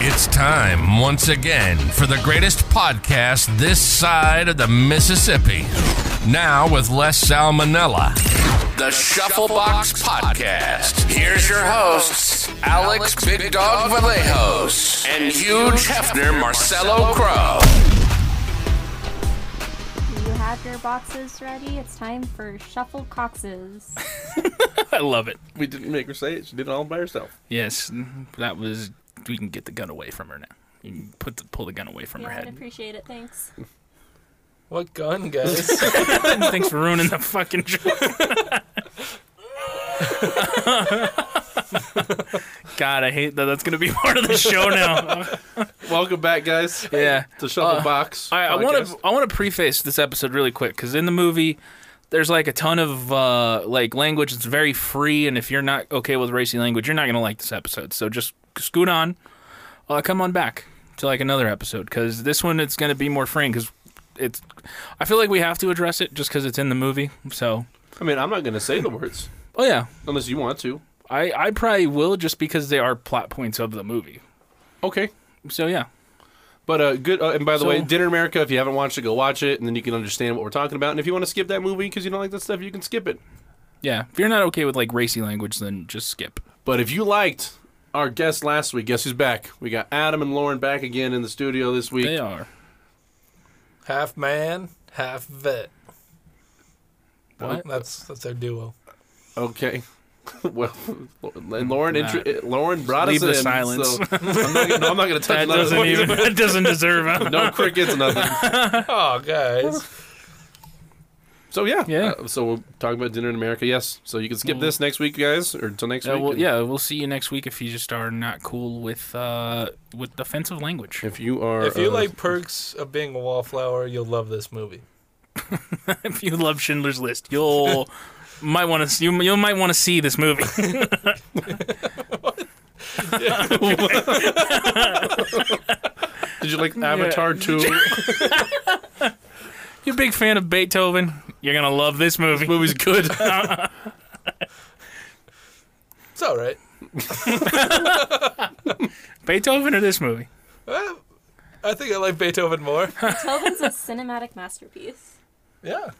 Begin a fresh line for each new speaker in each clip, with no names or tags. It's time once again for the greatest podcast this side of the Mississippi. Now with Les Salmonella. The Shufflebox Podcast. Here's your hosts, Alex Big Dog Vallejos and Huge Hefner Marcelo Crow.
Do you have your boxes ready? It's time for Shuffle Coxes.
I love it.
We didn't make her say it. She did it all by herself.
Yes, that was. We can get the gun away from her now. You can put the, pull the gun away from
Yeah,
her
I'd
head.
appreciate it. Thanks.
What gun, guys?
Thanks for ruining the fucking joke. God, I hate that. That's gonna be part of the show now.
Welcome back, guys.
Yeah. Uh,
To Shuffle Box.
I, I want
podcast.
to I want to preface this episode really quick because in the movie, there's like a ton of uh, like language that's very free, and if you're not okay with racy language, you're not gonna like this episode. So just scoot on, uh, come on back to like another episode because this one it's gonna be more free because it's. I feel like we have to address it just because it's in the movie. So
I mean, I'm not going to say the words
oh yeah,
unless you want to.
I I probably will just because they are plot points of the movie.
Okay.
So yeah,
But uh, good. Uh, and by the way,
So-
Dinner America. If you haven't watched it, go watch it, and then you can understand what we're talking about. And if you want to skip that movie because you don't like that stuff, you can skip it.
yeah. If you're not okay with like racy language, then just skip.
But if you liked our guest last week, guess who's back? We got Adam and Lauren back again in the studio this week.
They are.
half man, half vet.
What?
That's that's our duo.
Okay. Well, and Lauren, intro- Lauren brought
Leave the
us in.
silence.
So I'm not gonna, no, I'm not going to touch
That doesn't even. That doesn't deserve. A,
No crickets, nothing.
Oh, guys.
So yeah,
Yeah. Mm.
Uh, so we'll talk about dinner in America. Yes. So you can skip this next week, guys, or until next
Yeah,
week.
well,
And
yeah, we'll see you next week if you just are not cool with uh, with offensive language.
If you are,
If you
uh,
like perks of being a wallflower, you'll love this movie.
if you love Schindler's List, you'll might want to you, you might want to see this movie.
did you like Avatar two? this
You're a big fan of Beethoven. You're gonna love this movie. Uh,
movie's good.
It's all right.
Beethoven or this movie?
Well, I think I like Beethoven more.
Tobin's a cinematic masterpiece.
Yeah.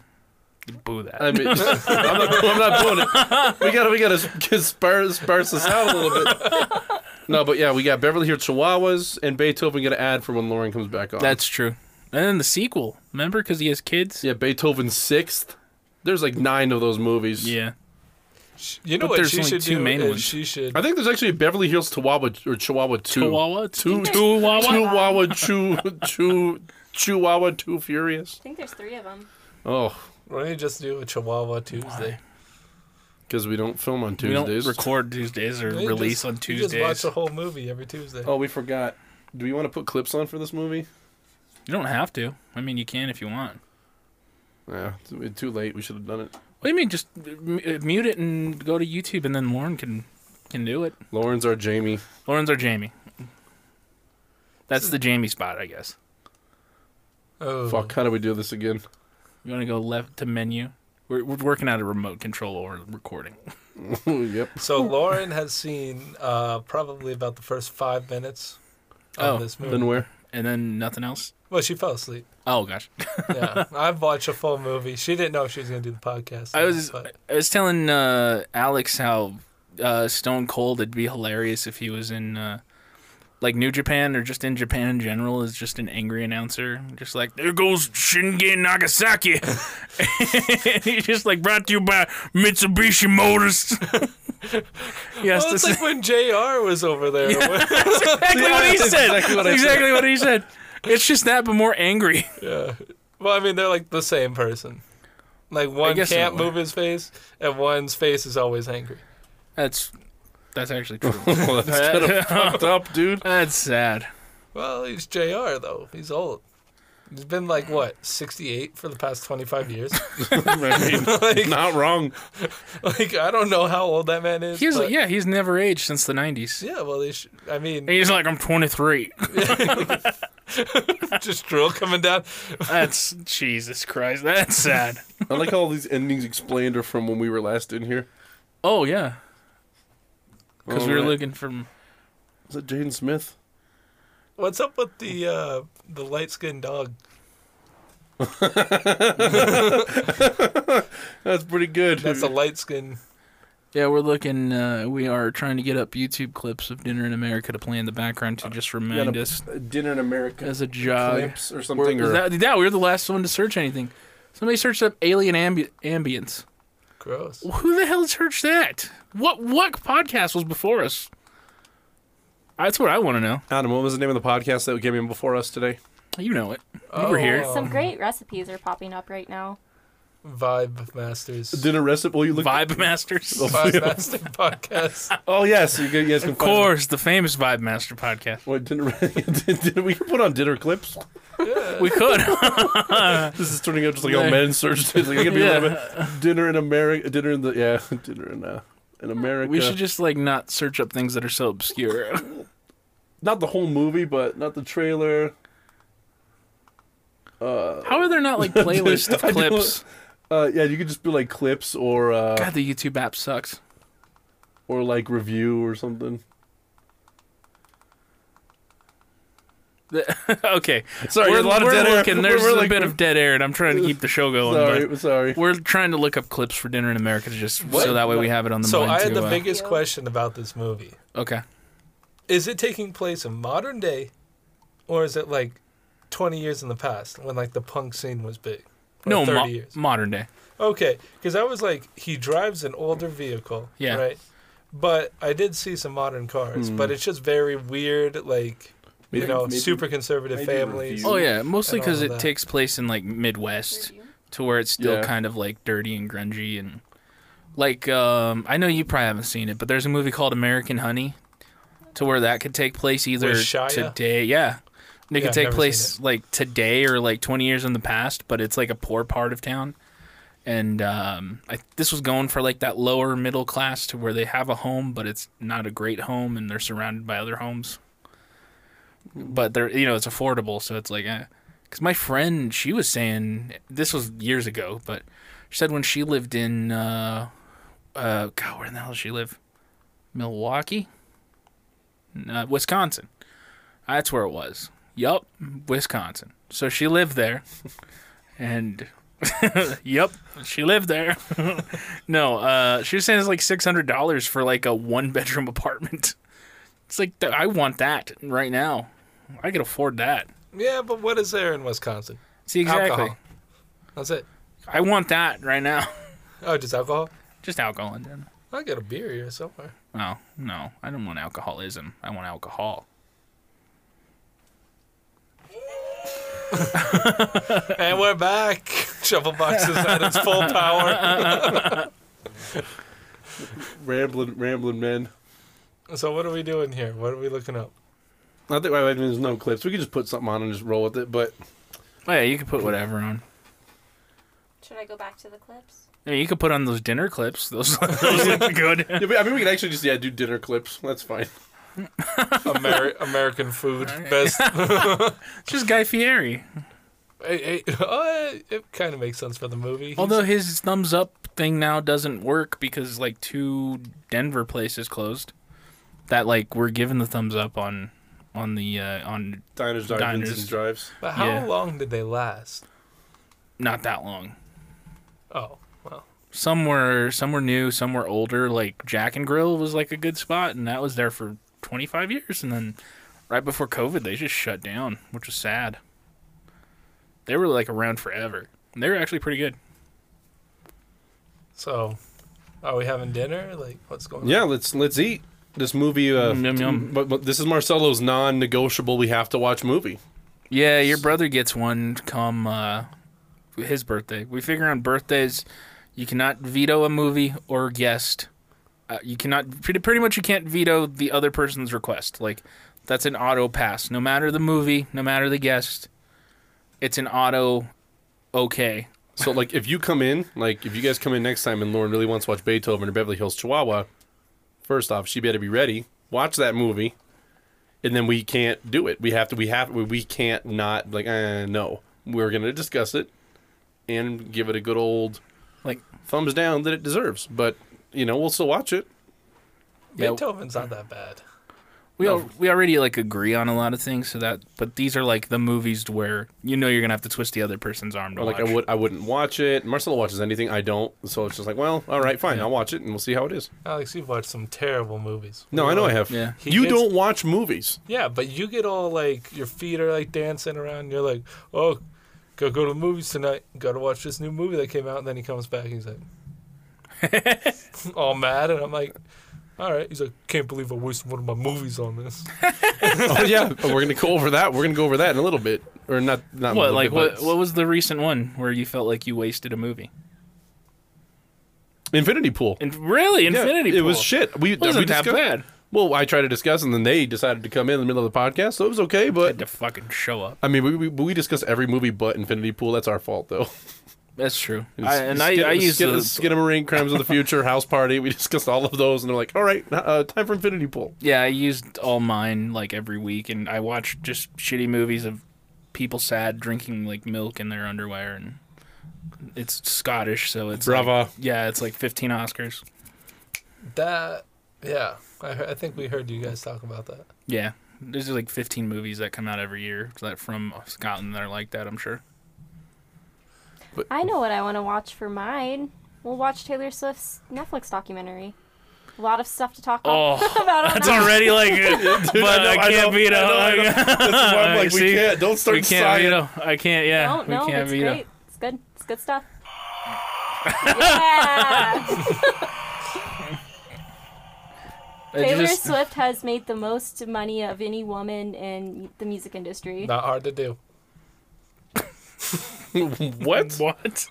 Boo that.
I mean, I'm not, I'm not doing it. We gotta, we gotta s- sparse, sparse this out a little bit. No, but yeah, we got Beverly here, Chihuahuas, and Beethoven gonna add for when Lauren comes back on.
That's true. And then the sequel, remember, because he has kids.
yeah, Beethoven sixth. There's like nine of those movies.
Yeah.
Sh- You know
But
what
there's
she
only
should
two
do
main
is
ones.
she should
I think there's actually a Beverly Hills Chihuahua or Chihuahua two.
Chihuahua.
Two-
Chihuahua.
Chihuahua, Chew, Chew, Chihuahua, Too Furious.
I think there's three of them.
Oh,
why don't you just do a Chihuahua Tuesday?
because we don't film on
We don't
Tuesdays.
record Tuesdays or
You just-
release on Tuesdays.
You
You,
just watch the whole movie every Tuesday.
oh, we forgot. Do we want to put clips on for this movie?
don't have to. I mean, you can if you want.
Yeah, it's- it's too late. We should have done it.
What do you mean? Just uh, mu- uh, mute it and go to YouTube, and then Lauren can can do it.
Lauren's our Jamie.
Lauren's our Jamie. That's the Jamie spot, I guess.
Oh.
Fuck, how do we do this again?
You want to go left to menu? We're, we're working out a remote control or recording.
yep.
So Lauren has seen uh, probably about the first five minutes of
Oh,
this movie.
Then where?
And then nothing else?
Well, she fell asleep.
Oh, gosh.
Yeah, I've watched a full movie. She didn't know if she was going to do the podcast.
I was
but
I was telling uh, Alex how uh, Stone Cold would be hilarious if he was in uh, like New Japan or just in Japan in general is just an angry announcer, just like there goes Shingen Nagasaki. He's just like brought to you by Mitsubishi Motors. yes,
well,
this
it's
is
like when Jr. was over there.
exactly what he
that's
said.
exactly what I said.
Exactly what he said. It's just that, but more angry.
yeah. Well, I mean, they're like the same person. Like one
guess
can't
so.
move his face, and one's face is always angry.
That's that's actually true.
Well, that's kind of fucked up, dude.
that's sad.
Well, he's Jr. Though he's old. He's been like what, 68 for the past 25 years.
I mean, not wrong.
like I don't know how old that man is.
He's
but-
yeah, he's never aged since the '90s.
Yeah, well, they should, I mean,
He's like, I'm 23.
just drill coming down.
That's Jesus Christ. That's sad.
I like how all these endings explained are from when we were last in here.
Oh yeah, because we were
Alright.
looking from.
Is it Jaden Smith?
What's up with the uh, the light skinned dog?
That's pretty good.
That's
Hmm.
a light skin.
Yeah, we're looking. Uh, we are trying to get up YouTube clips of Dinner in America to play in the background to just
Yeah,
remind us
a dinner in America.
as a jog.
Clamps or something.
Is
Or,
that- yeah, we were the last one to search anything. Somebody searched up alien ambi- ambience.
Gross.
Who the hell searched that? What what podcast was before us? That's what I want to know.
Adam, what was the name of the podcast that came in before us today?
You know it. You were here.
Some great recipes are popping up right now.
Vibe Masters.
Dinner recipe. Well, you look.
Vibe Masters. Of
Vibe Master Podcast.
Oh yes, you guys can. Of
course, the famous Vibe Master podcast.
What dinner? dinner we can put on dinner clips.
We could.
This is turning out just like a
Yeah.
men's search. It's like, I could be
Yeah.
a little bit- dinner in America. Dinner in the yeah. Dinner in uh, in America.
we should just like not search up things that are so obscure.
not the whole movie, but not the trailer.
How are there not like playlists of
I don't-
clips?
Uh, yeah, you could just be like clips or uh,
God, the YouTube app sucks.
or like review or something.
okay,
Sorry,
we're,
a lot of
we're
dead air.
looking.
We're-
There's
we're
a
like-
bit of dead air, and I'm trying to keep the show going.
Sorry,
but
sorry.
we're trying to look up clips for dinner in America, to just so that way we have it on the
So
mind
I had
to,
the
uh,
biggest
Yeah.
question about this movie.
Okay,
Is it taking place in modern day or is it like 20 years in the past when like the punk scene was big? Or
no,
30
mo-
years.
modern day.
Okay, because I was like, he drives an older vehicle,
Yeah.
right? But I did see some modern cars, but it's just very weird, like
Hmm. Maybe-
you know,
maybe-
super conservative
maybe
families.
review.
Oh yeah, mostly
And
because
all
it
that.
takes place in like Midwest, to where it's still
Yeah.
kind of like dirty and grungy and like um, I know you probably haven't seen it, but there's a movie called American Honey, to where that could take place either
With Shia?
today, yeah. And It
Yeah,
could
I've
take
never
place
seen
like today or like 20 years in the past, but it's like a poor part of town. And um, I, this was going for like that lower middle class to where they have a home, but it's not a great home, and they're surrounded by other homes. But they're you know it's affordable, so it's like because my friend she was saying this was years ago, but she said when she lived in uh, uh, God, where in the hell does she live? Milwaukee, uh, Wisconsin. That's where it was. Yup, Wisconsin. So she lived there, and yup, she lived there. no, uh, she was saying it's like six hundred dollars for like a one bedroom apartment. It's like th- I want that right now. I could afford that.
Yeah, but what is there in Wisconsin?
See exactly.
Alcohol. That's it.
I want that right now.
Oh, just alcohol.
Just alcohol in general.
I got a beer here somewhere.
Oh no, I don't want alcoholism. I want alcohol.
And we're back. Shovel box is at its full power.
Rambling, rambling men.
So what are we doing here? What are we looking up?
I think I mean, there's no clips. We could just put something on and just roll with it. But
Oh, yeah, you could put whatever on.
Should I go back to the clips?
I mean, you could put on those dinner clips. Those those look good.
yeah, but, I mean, we could actually just yeah do dinner clips. That's fine.
Ameri- American food best.
Just Guy Fieri.
Hey, hey, oh, it- it kind of makes sense for the movie. He's-
Although his thumbs up thing now doesn't work because like two Denver places closed that like were given the thumbs up on on the uh, on
Diners, dives,
Diners.
and drives.
but how
yeah.
long did they last?
not that long.
Oh, well,
Some were some were new, some were older. Like Jack and Grill was like a good spot, and that was there for 25 years. And then right before COVID, they just shut down, which was sad. They were like around forever. And they were actually pretty good.
so are we having dinner? Like, what's going on?
Yeah, let's let's eat this movie. Uh,
Mm, Yum, yum.
But, but this is Marcelo's non-negotiable. We have to watch movie.
Yeah, your brother gets one come uh, his birthday. We figure on birthdays, you cannot veto a movie or guest. Uh, you cannot pretty, pretty much you can't veto the other person's request. Like that's an auto pass. No matter the movie, no matter the guest, it's an auto okay.
So like, if you come in, like if you guys come in next time, and Lauren really wants to watch Beethoven or Beverly Hills Chihuahua, first off, she better be ready. Watch that movie, and then we can't do it. We have to. We have. We, we can't not like. Uh, no, we're gonna discuss it, and give it a good old
Like
thumbs down that it deserves. But you know, we'll still watch it.
yeah,
Beethoven's not that bad.
We al- we already like agree on a lot of things, so that but these are like the movies to where you know you're gonna have to twist the other person's arm to
Or like
watch.
I would, I wouldn't watch it. Marcelo watches anything. I don't, so it's just like, well, all right, fine, I'll watch it, and we'll see how it is.
Alex, you've watched some terrible movies.
No, I know I have.
Yeah.
He
You
gets-
don't watch movies.
Yeah, but you get all like your feet are like dancing around. And you're like, oh, gotta go to the movies tonight. Gotta watch this new movie that came out. And then he comes back. And he's like, all mad, and I'm like, all right. He's like, can't believe I wasted one of my movies on this.
oh yeah, Oh, we're gonna go over that. We're gonna go over that in a little bit, or not? Not in a
What
little
like
bit,
what
but-
what was the recent one where you felt like you wasted a movie?
Infinity Pool.
And really,
Yeah,
Infinity
It was
Pool
shit. We
Wasn't
we
that
discussed-
bad?
Well, I tried to discuss, and then they decided to come in, the middle of the podcast, so it was okay.
Had
But
to fucking show up.
I mean, we, we we discuss every movie but Infinity Pool. That's our fault though.
That's true. I, and
Skid-
I, I used
Skid-
the,
Skidamarink, Crimes of the Future, House Party. We discussed all of those, and they're like, all right, uh, time for Infinity Pool.
yeah, I used all mine like every week, and I watched just shitty movies of people sad drinking like milk in their underwear, and it's Scottish, so it's like-
Brava.
yeah, it's like 15 Oscars.
That, yeah, I, he- I think we heard you guys talk about that.
Yeah, there's like 15 movies that come out every year that from Scotland that are like that. I'm sure.
I know what I want to watch for mine. We'll watch Taylor Swift's Netflix documentary. A lot of stuff to talk
Oh,
about. on
that's
that.
already like, but I
know, I
can't
know,
beat
I know, I know.
up.
That's why I'm
I
like, we
see.
can't. Don't start
We can't
sighing.
beat up. I can't. Yeah,
No,
we
no,
can't
it's
beat
great.
up.
It's good. It's good stuff. yeah.
It
Taylor
just-
Swift has made the most money of any woman in the music industry.
Not hard to do.
What?
What?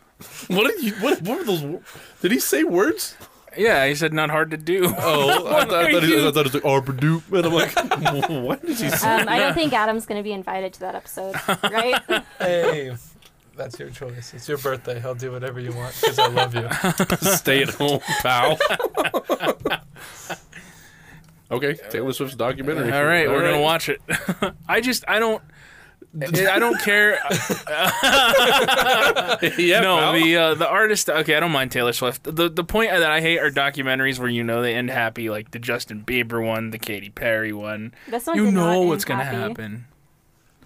What did you? What, what were those? wo- Did he say words?
Yeah, he said not hard to do.
Oh, I, thought, I,
are
thought he,
you-
I thought it was like Arpadoop, and I'm like, what did he say?
Um, I don't think Adam's going to be invited to that episode, right?
Hey, that's your choice. It's your birthday. I'll do whatever you want because I love you.
Stay at home, pal. okay, Taylor Swift's documentary.
All right, we're gonna watch it. I just I don't I don't care.
yeah,
No,
pal.
the uh, the artist. Okay, I don't mind Taylor Swift. The the point that I hate are documentaries where you know they end happy, like the Justin Bieber one, the Katy Perry one.
This one
You
did
know
not
what's
end
gonna
happy.
happen.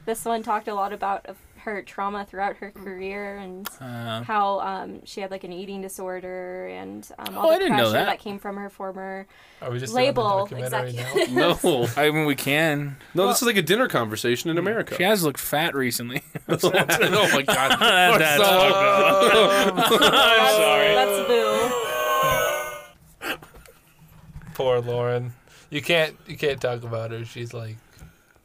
This one talked a lot about of her trauma throughout her career and
Uh,
how um, she had like an eating disorder and um, all
Oh,
the
I didn't know
pressure
that.
that. came from her former
Are we just
label.
doing the documentary
exactly.
now?
no,
I mean, we can.
no. This is like a dinner conversation in America.
She has looked fat recently.
oh my god,
That's
Marcelo.
That's, that's boo.
Poor Lauren. You can't you can't talk about her. She's like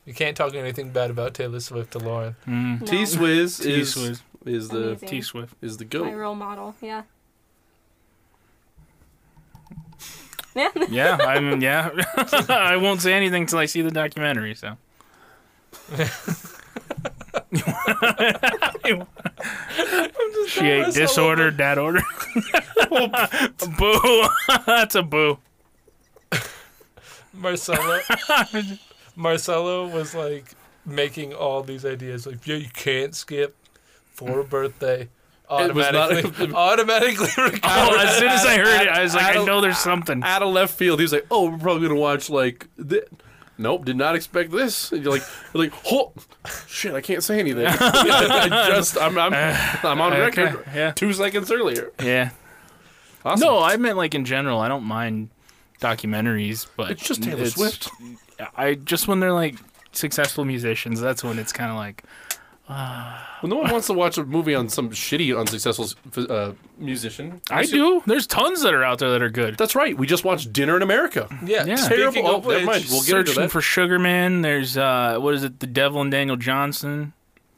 you can't talk anything bad about Taylor Swift to Lauren.
Mm.
No.
T Swizz is
T-Swizz.
is the
Amazing.
T Swift.
is the
My
goat.
role model, yeah. Yeah.
Yeah, I mean, yeah. I won't say anything till I see the documentary. So. she ate disorder, dad order. boo! That's a boo.
Marcelo Marcelo was like making all these ideas like yeah you can't skip for a birthday
It was not-
automatically automatically record.
Oh, as soon as I heard it, I was like, I
Adam-
know there's something.
Out of left field, he was like, "Oh, we're probably gonna watch like." Th- Nope, did not expect this. And you're like, you're like, oh, shit! I can't say anything. I just, I'm, I'm, I'm on
Okay,
record.
yeah.
Two seconds earlier.
Yeah.
Awesome.
No, I meant like in general. I don't mind documentaries, but
it's just Taylor
it's-
Swift.
I just when they're like successful musicians, that's when it's kind of like
Well, no one wants to watch a movie on some shitty, unsuccessful uh, musician.
I do. There's tons that are out there that are good.
That's right. We just watched Dinner in America.
Yeah,
Yeah.
Speaking
Terrible-
of
oh, never mind.
which,
We'll get into
Searching
that.
for Sugar Man. There's uh, what is it? The Devil and Daniel Johnson.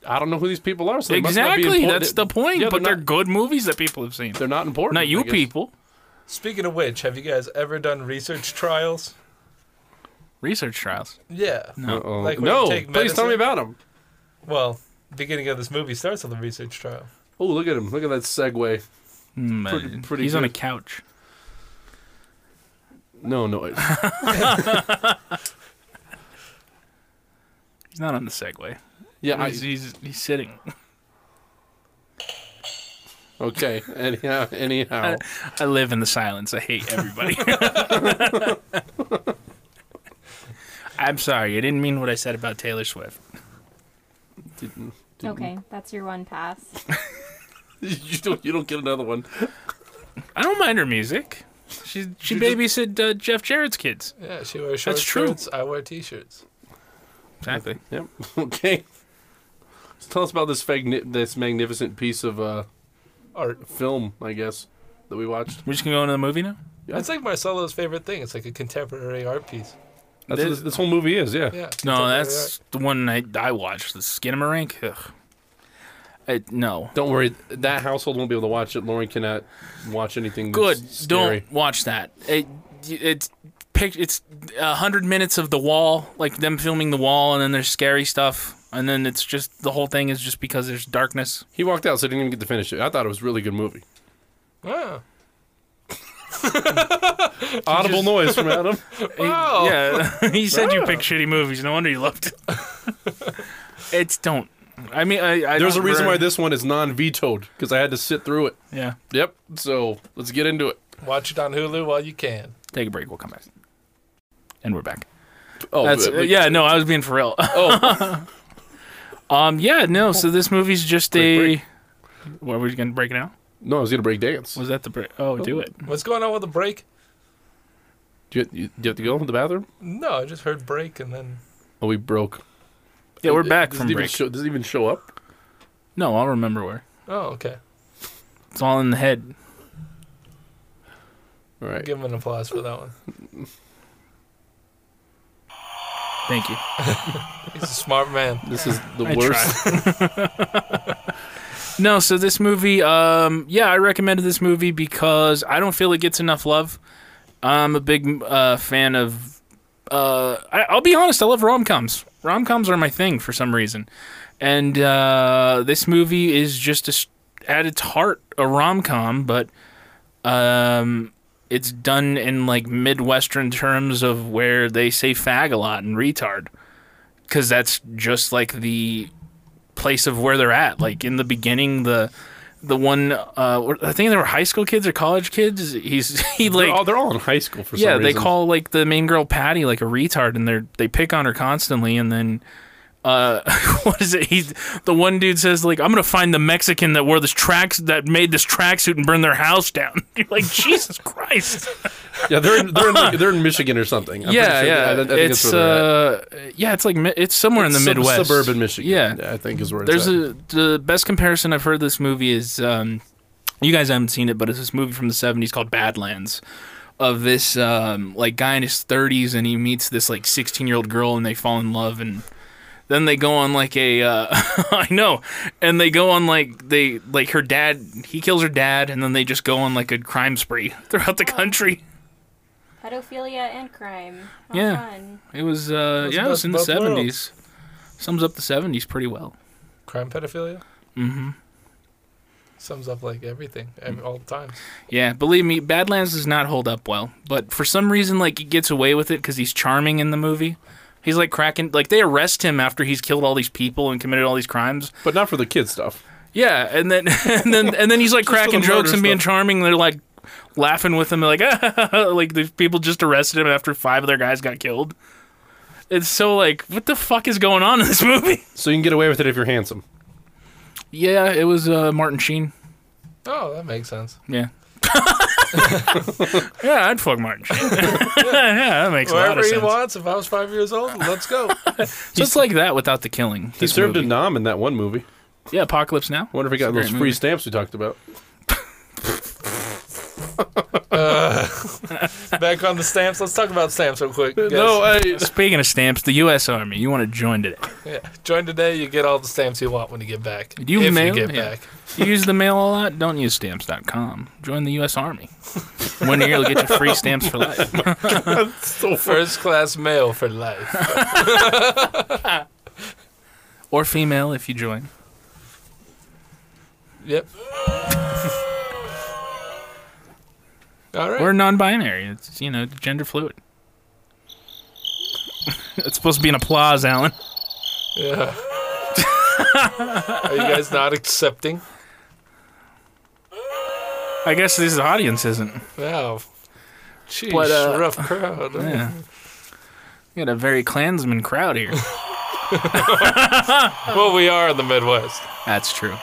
I don't know who these people are. So they must not be
Exactly.
important.
That's the point.
Yeah,
but they're
not-
good movies that people have seen.
They're not important. I
Not you
guess.
people.
speaking of which, have you guys ever done research trials?
Research trials.
Yeah.
Uh-oh.
Like when
no,
you take
please tell me
medicine?
about them.
Well, beginning of this movie starts with a research trial.
Oh, look at him. Look at that segue.
Hmm, uh,
Pretty- pretty
He's on a
good.
couch.
No noise.
He's not on the Segway.
Yeah. I,
He's, he's, he's sitting.
okay. Anyhow.
Uh,
Anyhow.
I live in the silence. I hate everybody. I'm sorry. I didn't mean what I said about Taylor Swift.
Didn't- didn't-
Okay, that's your one pass.
you don't you don't get another one.
I don't mind her music. She she
You just-
babysit uh, Jeff Jarrett's kids.
Yeah, she wears short
true.
skirts. I wear t-shirts.
Exactly.
Yep. Okay. So tell us about this fagni- this magnificent piece of uh,
Art.
film, I guess, that we watched.
We're just gonna go into the movie now.
That's like Marcelo's favorite thing. It's like a contemporary art piece.
That's what
This-
this, this whole movie is, yeah.
Yeah.
No,
contemporary
that's the one I, I watched. The Skinamarink. Ugh. I, no.
Don't worry, that household won't be able to watch it. Lauren cannot watch anything.
Good.
That's scary.
Don't watch that. It it's pic- it's a hundred minutes of the wall, like them filming the wall, and then there's scary stuff, and then it's just the whole thing is just because there's darkness.
He walked out, so he didn't even get to finish it. I thought it was a really good movie.
Ah.
art.
Audible noise from Adam.
He-
Oh!
Wow.
yeah, he said you pick shitty movies. No wonder you loved it. it's don't. I mean, I, I
There's a
don't
reason
re-
why this one is non-vetoed because I had to sit through it.
Yeah,
Yep. So let's get into it.
Yeah. Watch it on Hulu while you can.
take a break. We'll come back, and we're back.
Oh,
That's
but- but-
yeah. No, I was being for real.
Oh,
Um, yeah, no. So this movie's just
Break,
a.
break.
What are we gonna break it out?
no, I was gonna break dance.
Was that the break? Oh, do it.
What's going on with the break?
Do you, you- do you have to go to the bathroom?
No, I just heard break and then
Oh, we broke.
Yeah, we're back
Does it
from
even
break.
show- does it even show up?
no, I'll remember where.
oh okay.
It's all in the head.
All right.
Give him an applause for that one.
Thank you.
He's a smart man.
This is the
I
worst.
No, so this movie, um, yeah, I recommended this movie because I don't feel it gets enough love. I'm a big uh, fan of. Uh, I, I'll be honest, I love rom coms. Rom coms are my thing for some reason, and uh, this movie is just a, s- at its heart a rom com, but um, it's done in like midwestern terms of where they say fag a lot and retard, because that's just like the place of where they're at. Like in the beginning, the the one uh, I think they were high school kids or college kids. He's he like
They're all, they're all in high school for some
yeah,
reason.
they call like the main girl Patty like a retard, and they they pick on her constantly, and then. Uh, what is it? He, the one dude says, "Like I'm gonna find the Mexican that wore this tracks that made this tracksuit and burn their house down." You're like, Jesus Christ!
Yeah, they're in, they're in, like, they're in Michigan or something. I'm
yeah,
pretty sure.
yeah.
I, I think that's
it's
where they're at.
uh, yeah, it's like mi- it's somewhere in the
Sub-
Midwest,
suburban Michigan.
Yeah,
I think is where it's
There's
at.
a the best comparison I've heard of this movie is um, you guys haven't seen it, but it's this movie from the '70s called Badlands of this um, like guy in his 30s and he meets this like 16 year old girl and they fall in love and then they go on like a uh, I know and they go on like they like her dad he kills her dad and then they just go on like a crime spree throughout the country.
Pedophilia and crime. How
Yeah.
fun.
It was uh,
That's
yeah, it
the
was
best
in the
of both
70s.
worlds.
Sums up the 70s pretty well.
Crime pedophilia
Mm-hmm.
sums up like everything every, all the time.
Yeah, believe me, Badlands does not hold up well. But for some reason, like he gets away with it because he's charming in the movie. He's like cracking. Like they arrest him after he's killed all these people and committed all these crimes.
but not for the kid stuff.
Yeah, and then and then and then he's like cracking
the
jokes
murder
and being
stuff.
charming. They're like laughing with him. They're like like the people just arrested him after five of their guys got killed. It's so like what the fuck is going on in this movie?
So you can get away with it if you're handsome.
Yeah, it was uh, Martin Sheen.
Oh, that makes sense.
Yeah. yeah, I'd fuck Martin. Sheen. yeah, that makes a lot
Wherever
of
he
sense.
wants. If I was five years old, let's go.
Just like that without the killing.
He
this
served
movie.
a nom in that one movie.
Yeah, Apocalypse Now.
I wonder if he got
great
those free
movie.
stamps we talked about.
Back on the stamps. Let's talk about stamps real quick. guys.
No, I,
Speaking of stamps, the U.S. Army. You want to join today?
Yeah. Join today. You get all the stamps you want when you get back.
You
if
mail-
you get
yeah.
back.
You use the mail a lot. Don't use stamps.com. Join the U.S. Army. One year, you'll get your free stamps for life.
First class mail for life.
Or female if you join.
yep. all right.
Or non-binary. It's you know gender fluid. It's supposed to be an applause, Alan.
Yeah. Are you guys not accepting?
I guess this audience isn't.
Wow. Jeez,
But, uh,
rough crowd.
Yeah. You got a very Klansman crowd here.
Well, we are in the Midwest.
That's true.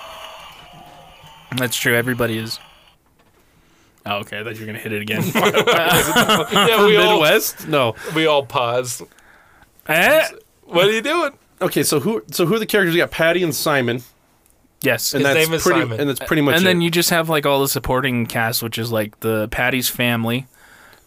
That's true. Everybody is. Oh, okay. I thought you were gonna hit it again.
Yeah, we all
Midwest? No.
we all pause.
Eh?
What are you doing?
Okay, so who so who are the characters? We got Patty and Simon,
Yes.
and
His
that's
name is
pretty
Simon.
and that's pretty much
and then
it.
you just have like all the supporting cast, which is like the Patty's family,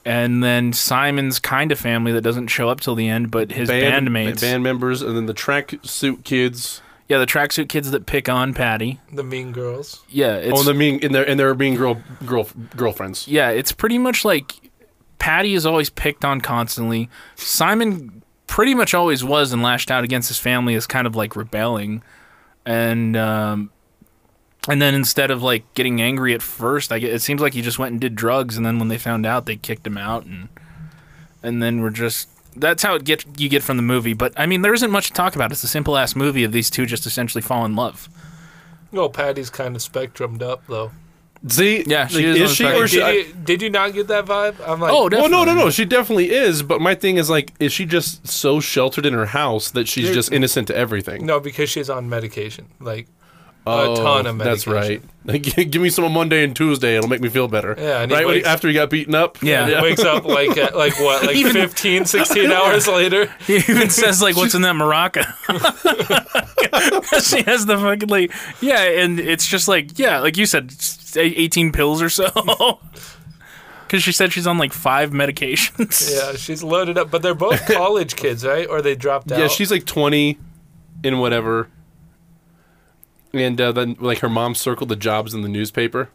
and then Simon's kind of family that doesn't show up till the end, but his bandmates.
band members, and then the tracksuit kids.
yeah, the tracksuit kids that pick on Patty.
The Mean Girls.
Yeah, it's
Oh, and they're being and they're and they're being girl girl girlfriends.
yeah, it's pretty much like Patty is always picked on constantly. Simon pretty much always was and lashed out against his family as kind of like rebelling, and um, and then instead of like getting angry at first, I get, it seems like he just went and did drugs, and then when they found out, they kicked him out, and and then we're just. That's how it get you get from the movie, but I mean there isn't much to talk about. It's a simple ass movie of these two just essentially fall in love.
No, Patty's kind of spectrumed up though.
See,
Yeah, she
Like,
is on
is she
the
or
Did
should I-
you, did you not get that vibe? I'm like,
Oh,
Well, no, no,
Definitely.
no. She definitely is. But my thing is like, is she just so sheltered in her house that she's
Dude.
just innocent to everything?
no, because she's on medication. Like
Oh,
a ton of medication.
That's right. Give me some on Monday and Tuesday. It'll make me feel better.
Yeah, and he
right when he-
wakes-
after he got beaten up.
Yeah.
And wakes up like at, like what like
Even-
15 16 hours later
He even says like, "What's in that maraca?" she has the fucking like, yeah, and it's just like, yeah, like you said, s- eighteen pills or so. Because she said she's on like five medications.
yeah she's loaded up but they're both college kids right or they dropped out
Yeah, she's like 20 and whatever. And uh, then like her mom circled the jobs in the newspaper.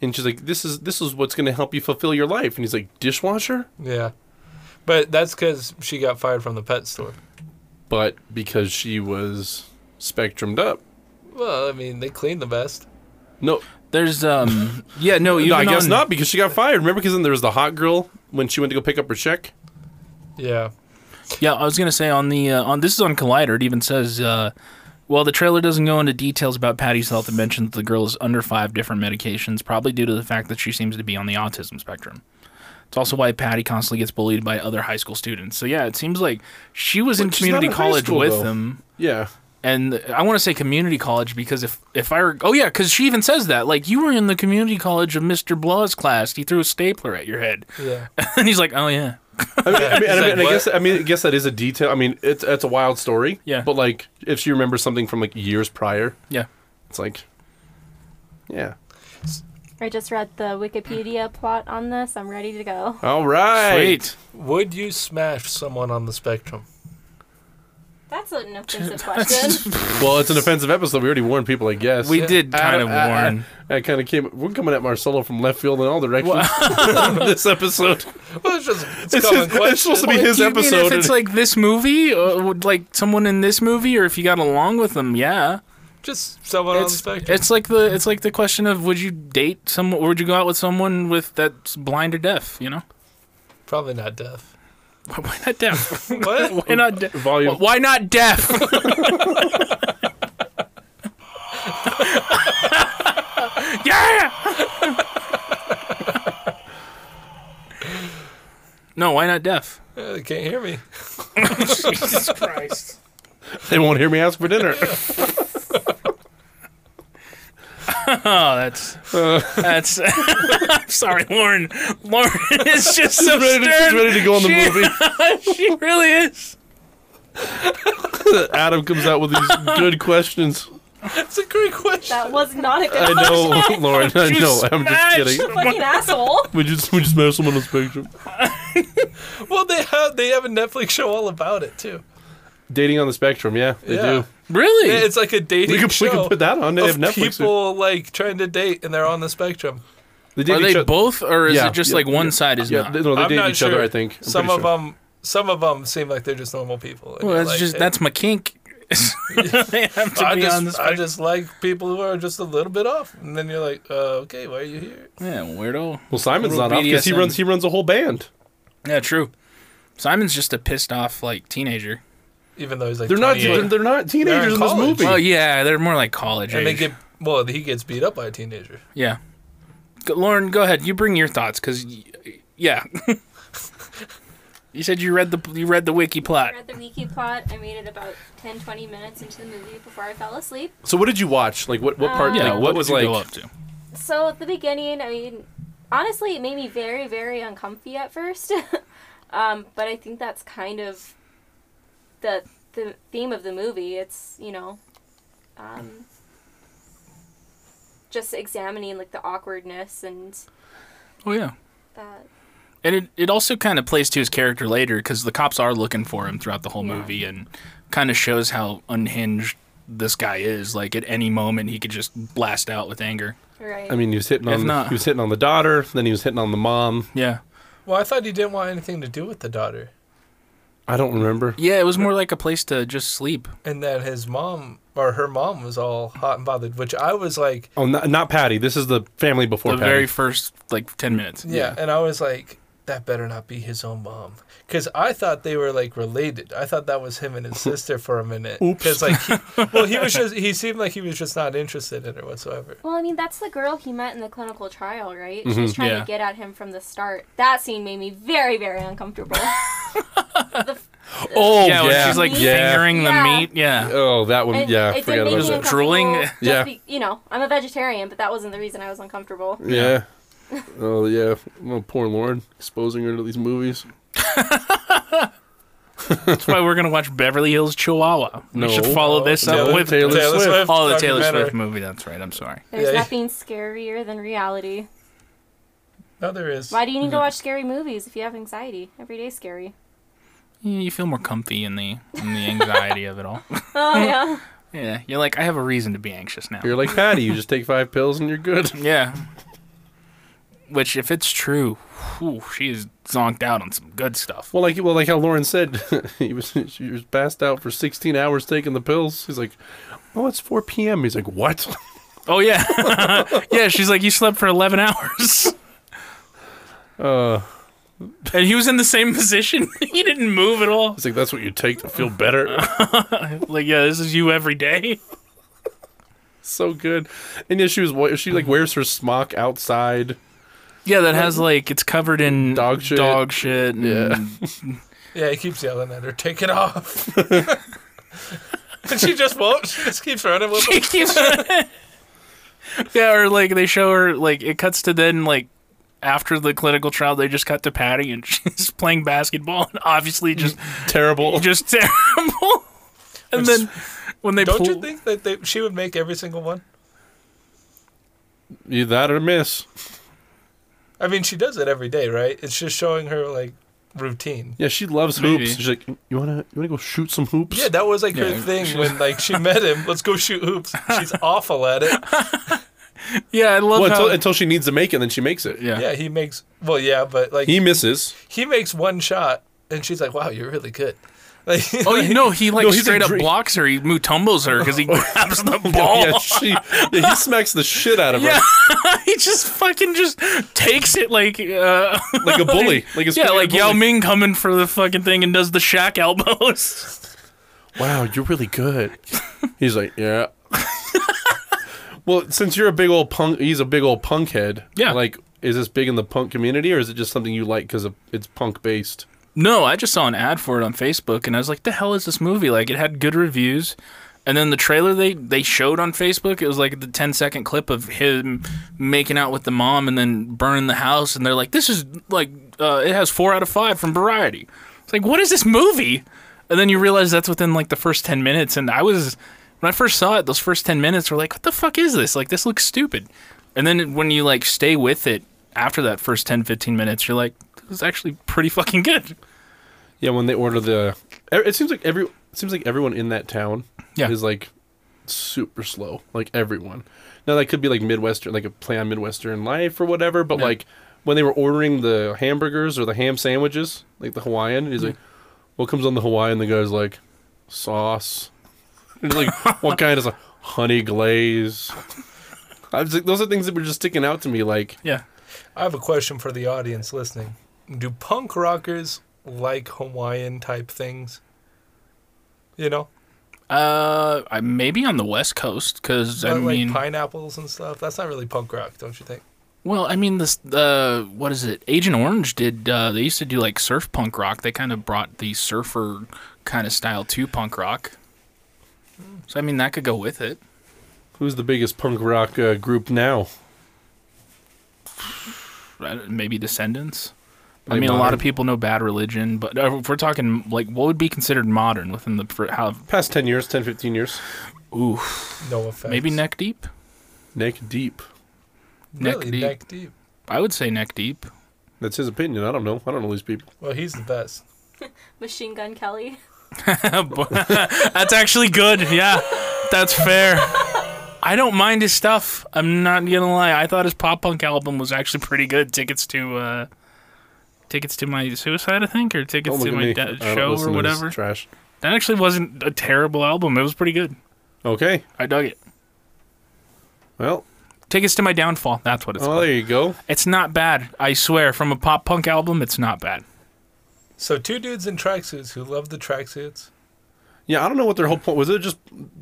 And she's like, "This is this is what's going to help you fulfill your life." And he's like, "Dishwasher?"
yeah but that's because she got fired from the pet store
But because she was spectrumed up.
well i mean they clean the best
No,
There's um, yeah, no, even
no I guess
on-
not because she got fired. Remember because then there was the hot girl when she went to go pick up her check.
yeah
Yeah, I was gonna say on the uh, on this is on Collider. It even says, uh, well, the trailer doesn't go into details about Patty's health. It mentions that the girl is under five different medications, probably due to the fact that she seems to be on the autism spectrum. It's also why Patty constantly gets bullied by other high school students. So yeah, it seems like she was in
But she's
community
not in high
college
school,
with
though.
them.
Yeah.
And I want to say community college because if if I were, oh yeah, because she even says that like you were in the community college of Mr. Blaw's class. He threw a stapler at your head,
yeah
and he's like, oh yeah,
I mean, I, mean, and I, mean,
It's like,
and I
what?
guess I mean I guess that is a detail. I mean, it's it's a wild story.
Yeah.
But like, if she remembers something from like years prior,
yeah.
it's like, yeah.
I just read the Wikipedia plot on this. I'm ready to go.
All right.
Sweet.
would you smash someone on the spectrum
That's an offensive question.
Well, it's an offensive episode. We already warned people, I guess.
We did
I
kind of
don't- I- I-
warn.
Uh, I, kind of came. We're coming at Marcelo from left field in all directions. this episode.
well it's just it's,
It's,
common
his- it's supposed to be his
you
episode.
Mean if it's
and-
like this movie, uh, would, like someone in this movie, or if you got along with them, yeah.
just someone on the
It's,
spectrum
it's like the it's like the question of would you date someone, or would you go out with someone with that's blind or deaf? You know,
probably not deaf
why not deaf?
what
why not deaf?
volume.
Why not deaf? yeah. no, why not deaf?
Yeah, Uh, they can't hear me
Jesus Christ.
They won't hear me ask for dinner.
Oh, that's that's. I'm sorry, Lauren. Lauren is just so
ready, to, she's
stern.
ready to go in the
She-
movie.
she really is.
Adam comes out with these good questions.
that's a great question
that was not a
I
good
know, Lauren. I
You
know. I'm just
smashed
kidding.
someone.
fucking asshole.
We just we just smash someone on the spectrum.
well they have they have a netflix show all about it too
Dating on the spectrum, yeah, they do.
Yeah.
Really?
Yeah, it's like a dating
We could,
show
we could put that on. They have
of
Netflix.
people like trying to date and they're on the spectrum.
They date
Are they
each oth-
both, or is
Yeah,
it just
yeah,
like one
yeah,
side is
Yeah,
not?
they, no, they
I'm
date
not
each
sure.
other. I think I'm
some
pretty
of
sure.
them, some of them seem like they're just normal people.
well, Oh, that's just that's my kink. they have to
I
be
just,
on this.
I just like people who are just a little bit off, and then you're like, uh, okay, why are you here?
Yeah, weirdo.
Well, Simon's
Little
not off because he
BDSM.
runs he runs a whole band.
Yeah, true. Simon's just a pissed off like teenager.
Even though he's like,
They're not
28.
they're, they're not teenagers in this
college.
movie.
Well, yeah, they're more like college
and they
age.
get well, he gets beat up by a teenager.
yeah. Go- Lauren, go ahead. You bring your thoughts, cause y- yeah. You said you read the you read the wiki plot.
read the wiki plot. I made it about 10, 20 minutes into the movie before I fell asleep.
So what did you watch? Like what what part?
Um,
like,
Yeah,
what,
what
was
did you
like?
go up to?
So at the beginning, I mean, honestly, it made me very, very uncomfy at first. um, but I think that's kind of the the theme of the movie. It's you know, um, just examining like the awkwardness and
Oh yeah.
that.
And it, it also kind of plays to his character later because the cops are looking for him throughout the whole movie and kind of shows how unhinged this guy is. Like at any moment, he could just blast out with anger.
Right.
I mean, he was hitting
If
on the,
not-
he was hitting on the daughter, then he was hitting on the mom.
Yeah.
Well, I thought he didn't want anything to do with the daughter,
I don't remember.
Yeah, it was more like a place to just sleep.
and that his mom or her mom was all hot and bothered, which I was like,
Oh, not, not Patty. This is the family before
the
Patty.
very first like 10 minutes.
yeah, and I was like, that better not be his own mom, because I thought they were like related. I thought that was him and his sister for a minute, because like, he, well, he was just he seemed like he was just not interested in her whatsoever.
well, I mean, that's the girl he met in the clinical trial, right? She
Mm-hmm,
was trying
yeah.
to get at him from the start. That scene made me very, very uncomfortable. the,
Oh
Yeah,
yeah,
when she's like
yeah.
fingering
Yeah.
the meat. Yeah.
Oh, that one.
And
yeah,
it did make me
forgot about that.
it.
uncomfortable
Drooling?
just
Yeah.
be- you know, I'm a vegetarian, but that wasn't the reason I was uncomfortable.
Yeah. Oh yeah. Oh, poor Lauren exposing her to these movies.
That's why we're going to watch Beverly Hills Chihuahua.
No.
We should follow this up
Taylor-
with
Taylor Swift.
Oh, the Taylor
documentary.
Swift movie. That's right. I'm sorry.
There's
Yeah.
nothing scarier than reality.
No, there is.
Why do you need
Mm-hmm.
to watch scary movies if you have anxiety? Every day's scary.
Yeah, you feel more comfy in the in the anxiety of it all.
Oh yeah.
Yeah, you're like I have a reason to be anxious now.
You're like Patty. You just take five pills and you're good.
Yeah. Which, if it's true, whew, she is zonked out on some good stuff.
Well, like well, like how Lauren said, he was she was passed out for 16 hours taking the pills. He's like, oh, it's 4 p.m. He's like, what?
Oh yeah, yeah. She's like, you slept for eleven hours,
Uh,
and he was in the same position. he didn't move at all.
he's like, that's what you take to feel better.
Like, yeah, this is you every day.
so good. And yeah, she was wa- she like wears her smock outside.
Yeah, that has like it's covered in
Dog shit.
Dog shit. and-
Yeah.
Yeah, he keeps yelling at her, take it off. and she just won't. She just keeps running with him.
yeah, or like they show her like it cuts to then like after the clinical trial they just cut to Patty and she's playing basketball and obviously just
Terrible.
just terrible. And then when they
Don't
pull,
you think that they, she would make every single one?
You that or miss.
I mean, she does it every day, right? It's just showing her, like, routine.
Yeah, she loves
Maybe.
hoops. She's like, you wanna you wanna go shoot some hoops?
Yeah, that was, like, her
Yeah,
thing when, like, she met him. Let's go shoot hoops. She's awful at it.
yeah, I love
well,
how
until, until she needs to make it, then she makes it.
yeah.
Yeah, he makes, well, yeah, but, like,
He
he,
misses.
makes one shot, and she's like, wow, you're really good. Like,
Oh, you know, he like
No, he's a
straight up
drink.
blocks her. He tumbles her because he grabs the ball.
Yeah, she. Yeah, he smacks the shit out of her
Yeah. he just fucking just takes it like uh,
like a bully. Like a
yeah,
straight-up
like
bully.
Yao Ming coming for the fucking thing and does the Shaq elbows.
wow, you're really good. He's like, yeah. well, since you're a big old punk, he's a big old punk head.
Yeah.
Like, is this big in the punk community, or is it just something you like because it's punk based?
No, I just saw an ad for it on Facebook, and I was like, "The hell is this movie?" Like, it had good reviews, and then the trailer they they showed on Facebook, it was like the 10 second clip of him making out with the mom and then burning the house, and they're like, "This is like uh, it has four out of five from Variety." It's like, what is this movie? And then you realize that's within like the first 10 minutes, and I was when I first saw it, those first 10 minutes were like, "What the fuck is this? Like, this looks stupid." And then when you like stay with it after that first 10 15 minutes, you're like. This is actually pretty fucking good.
Yeah. When they order the, e-, it seems like every it seems like everyone in that town
Yeah.
is like super slow. Like everyone. Now that could be like Midwestern, like a play on Midwestern life or whatever. But like when they were ordering the hamburgers or the ham sandwiches, like the Hawaiian, he's like, "What comes on the Hawaiian?" The guy's like, "Sauce." He's like, "What kind?" Is like, "Honey glaze." I was like, those are things that were just sticking out to me. Like,
Yeah.
I have a question for the audience listening. Do punk rockers like Hawaiian type things? You know,
Uh, I maybe on the West Coast because I
But,
mean,
like pineapples and stuff. That's not really punk rock, don't you think?
Well, I mean, this the what is it? Agent Orange did. Uh, they used to do like surf punk rock. They kind of brought the surfer kind of style to punk rock. So I mean, that could go with it.
Who's the biggest punk rock uh, group now?
Uh, Maybe Descendants. I
Like
mean, a lot
modern?
of people know Bad Religion, but uh, if we're talking like what would be considered modern within the for how
Past 10 years, 10, 15 years.
ooh
No offense.
maybe Neck Deep.
Neck deep.
Really,
neck deep.
neck deep.
I would say Neck Deep.
That's his opinion. I don't know. I don't know these people.
Well, he's the best.
Machine Gun Kelly.
That's actually good. Yeah, that's fair. I don't mind his stuff. I'm not gonna lie. I thought his pop punk album was actually pretty good. Tickets to uh, tickets to my suicide, I think, or tickets to
Don't look at
my
me.
da-
I don't
show
listen
or
to this
whatever.
Trash.
That actually wasn't a terrible album. It was pretty good.
Okay.
I dug it.
Well,
Tickets to my downfall. That's what it's
oh,
called.
there you go.
It's not bad. I swear. From a pop punk album, it's not bad.
So two dudes in tracksuits who love the tracksuits.
Yeah, I don't know what their whole point was. It just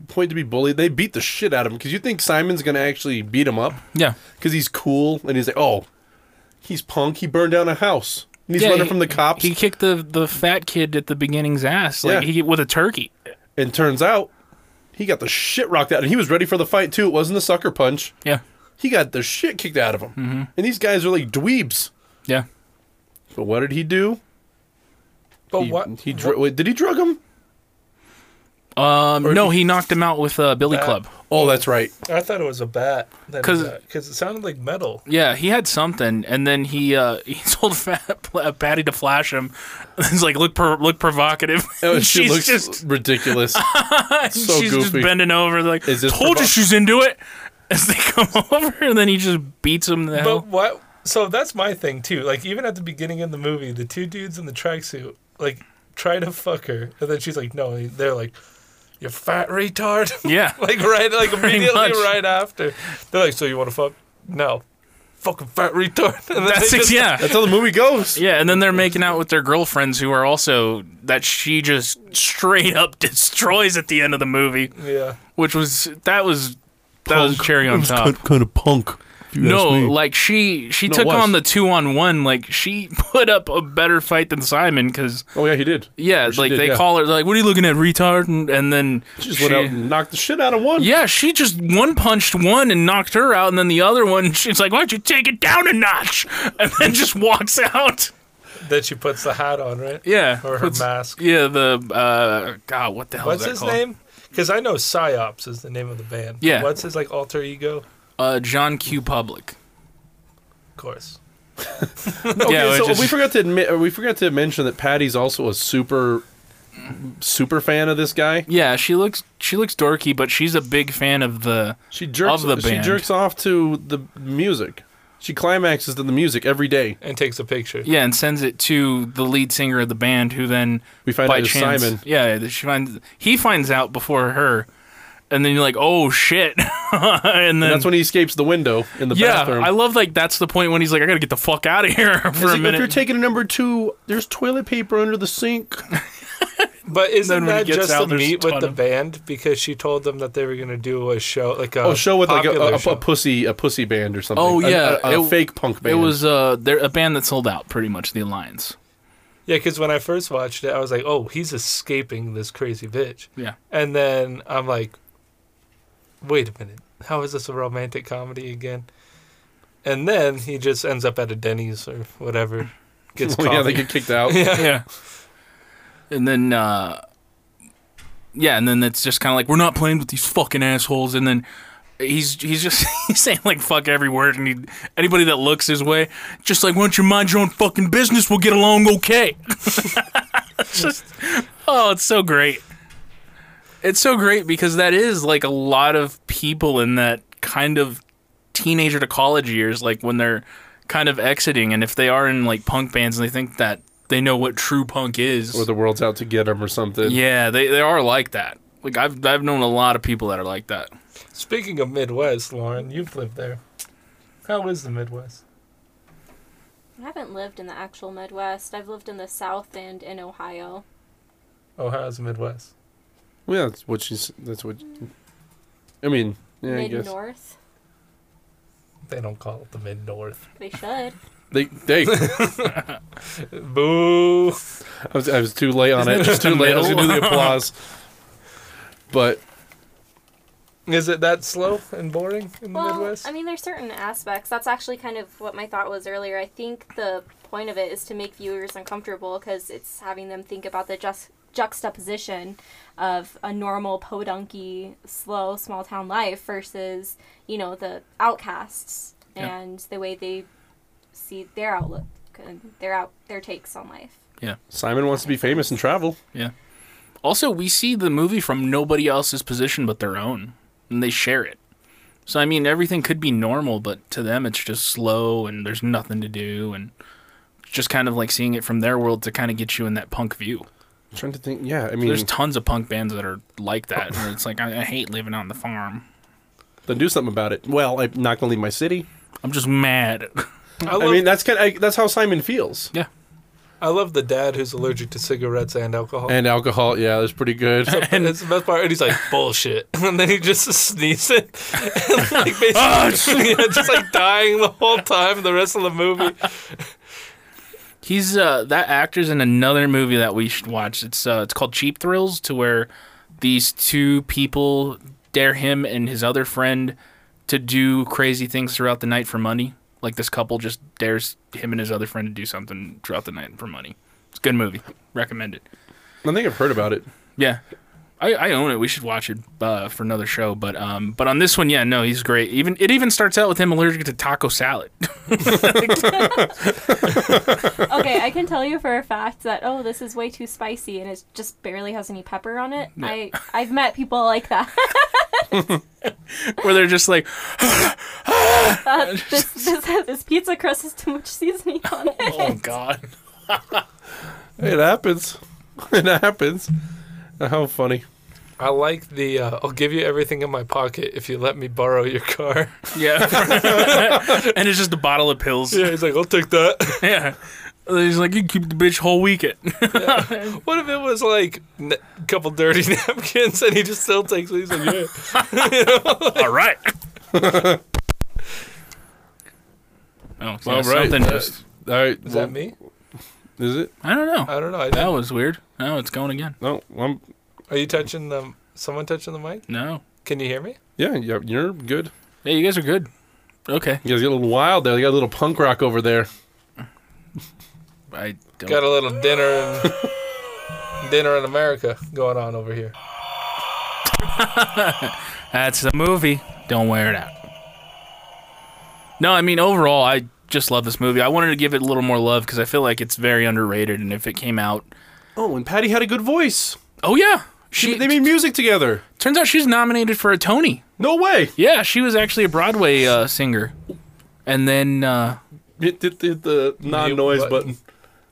point to be bullied. They beat the shit out of him because you think Simon's gonna actually beat him up
Yeah.
because he's cool and he's like, oh, he's punk. He burned down a house. And he's
Yeah,
running
he-
from the cops.
He kicked the the fat kid at the beginning's ass like
Yeah.
he with a turkey.
and turns out he got the shit rocked out. And he was ready for the fight too. It wasn't the sucker punch.
Yeah.
He got the shit kicked out of him.
Mm-hmm.
And these guys are like dweebs.
Yeah.
But what did he do?
But
he,
what?
He dr- wait, did he drug him?
Um, no, he knocked him out with uh, Billy Club.
Oh, that's right.
I thought it was a bat.
'Cause-
because it sounded like metal.
Yeah, he had something, and then he uh, he told Fat, Patty to flash him. He's like, look, pro- look provocative.
Oh,
And
she
she's
looks
just
ridiculous. so
she's just
goofy.
bending over, like,
Is this
told you
provo-
she's into it. As they come over, and then he just beats him. to The
But
hell.
what? So that's my thing too. Like even at the beginning of the movie, the two dudes in the tracksuit like try to fuck her, and then she's like, "No." They're like, "You fat retard!"
Yeah.
like right, like immediately
much.
right after. They're like, "So you want to fuck?" No. Fucking fat retard. And then
That's
they
ex-
just-
yeah,
That's how the movie goes.
yeah, and then they're making out with their girlfriends, who are also that she just straight up destroys at the end of the movie,
Yeah.
which was that was that was cherry on top.
kind of punk. if you
No,
ask me.
like she she
No, it
took
was.
on the two on one. Like she put up a better fight than Simon because
oh yeah, he did.
yeah,
she
like
did,
they
yeah.
call her like, "What are you looking at, retard?" And, and then
She just went out and knocked the shit out of one.
yeah, she just one punched one and knocked her out, and then the other one, she's like, "Why don't you take it down a notch?" And then just walks out.
Then she puts the hat on, right?
Yeah,
Or her
What's-
mask.
Yeah, the uh, God, what the hell? is
What's
that
his
called?
name? Because I know Psyops is the name of the band.
Yeah.
What's his like alter ego?
Uh, John Q. Public.
Of course.
Okay,
yeah, it
so
just-
we forgot to admit, or we forgot to mention that Patty's also a super, super fan of this guy.
Yeah, she looks she looks dorky, but she's a big fan of the.
She jerks.
Of the
She
band.
jerks off to the music. She climaxes to the music every day.
And takes a picture.
Yeah, and sends it to the lead singer of the band, who then
We find
by
out it's
chance,
Simon.
yeah, that she finds he finds out before her, and then you're like, oh shit, and then
And that's when he escapes the window in the
yeah,
bathroom.
I love like that's the point when he's like, I gotta get the fuck out of here for
It's
a
like, if you're
minute.
taking a number two, there's toilet paper under the sink.
But isn't
Then when he
that
gets
just
out,
a
there's
meet
a
with
ton
the
of-
band because she told them that they were gonna do a show like a
Oh, show with like a,
popular
a, a
show.
pussy, a pussy band or something.
Oh,
A-
yeah,
a, a
it-
fake punk
it
band.
was uh, they're a band that sold out pretty much the Alliance.
yeah. Because when I first watched it, I was like, oh, he's escaping this crazy bitch,
Yeah,
and then I'm like, wait a minute, how is this a romantic comedy again? And then he just ends up at a Denny's or whatever, gets
Oh, yeah, they
coffee.
get kicked out.
yeah, and then. uh yeah, and then it's just kind of like we're not playing with these fucking assholes, and then he's he's just he's saying like fuck every word, and he, anybody that looks his way, just like why don't you mind your own fucking business? We'll get along okay. It's just oh, it's so great. It's so great because that is like a lot of people in that kind of teenager to college years, like when they're kind of exiting, and if they are in like punk bands and they think that they know what true punk is,
Or the world's out to get them or something.
yeah, they, they are like that. Like I've I've known a lot of people that are like that.
Speaking of Midwest, Lauren, you've lived there. How is the Midwest?
I haven't lived in the actual Midwest. I've lived in the South and in Ohio.
Oh, how's the Midwest?
Well, yeah, that's what she's. That's what. I mean, yeah, I
Mid
guess.
North.
They don't call it the Mid North.
They should.
They, they, I,
Boo!
was, I was too late on it. Just too late. I was gonna do the applause. But
Is it that slow and boring in the
Well,
Midwest?
I mean, there's certain aspects. That's actually kind of what my thought was earlier. I think the point of it is to make viewers uncomfortable because it's having them think about the just juxtaposition of a normal podunky, slow, small town life versus you know the outcasts
Yeah.
and the way they see their outlook and their out their takes on life.
Simon wants to be famous and travel.
Also, we see the movie from nobody else's position but their own, and they share it. So I mean, everything could be normal, but to them, it's just slow, and there's nothing to do, and just kind of like seeing it from their world to kind of get you in that punk view.
I'm trying to think. Yeah, I mean,
There's tons of punk bands that are like that, where it's like I, I hate living on the farm.
then do something about it. Well, I'm not gonna leave my city.
I'm just mad.
I,
I,
love,
mean, that's kind. Of, that's how Simon feels.
yeah,
I love the dad who's allergic to cigarettes and alcohol.
And alcohol, yeah, that's pretty good.
and that's the best part. And he's like, bullshit. And then he just sneezes it. And like, basically, yeah, just like dying the whole time, the rest of the movie.
he's uh, that actor's in another movie that we should watch. It's uh, it's called Cheap Thrills, to where these two people dare him and his other friend to do crazy things throughout the night for money. Like this couple just dares him and his other friend to do something throughout the night for money. It's a good movie. Recommend it.
I think I've heard about it.
Yeah. I, I own it. We should watch it uh, for another show, but um, but on this one, yeah, no, he's great. Even it even starts out with him allergic to taco salad.
okay, I can tell you for a fact that oh, this is way too spicy and it just barely has any pepper on it. I I've met people like that.
where they're just like,
Uh, this, this, this pizza crust has too much seasoning on it.
oh god,
It happens. It happens. How funny.
I like the uh, I'll give you everything in my pocket if you let me borrow your car.
yeah, and it's just a bottle of pills.
Yeah, he's like, I'll take that.
Yeah. He's like, you can keep the bitch whole weekend.
What if it was like a couple dirty napkins and he just still takes it? He's like, yeah.
All right. oh, so something
Uh,
just.
all right.
Is
well,
that me?
Is it?
I don't know.
I don't know. I
That
didn't-
was weird. No, it's going again.
No, I'm.
Are you touching the? Someone touching the mic?
No.
Can you hear me?
Yeah, yeah, you're good.
Yeah, you guys are good. Okay.
You guys get a little wild there. You got a little punk rock over there.
I don't.
Got a little dinner and dinner in America going on over here.
That's the movie. Don't wear it out. No, I mean overall, I just love this movie. I wanted to give it a little more love because I feel like it's very underrated. And if it came out,
Oh, and Patty had a good voice.
oh yeah, she.
They made music together.
turns out she's nominated for a Tony.
No way.
Yeah, she was actually a Broadway uh, singer, and then uh,
Hit, hit- hit the non noise
Mute
button.
button.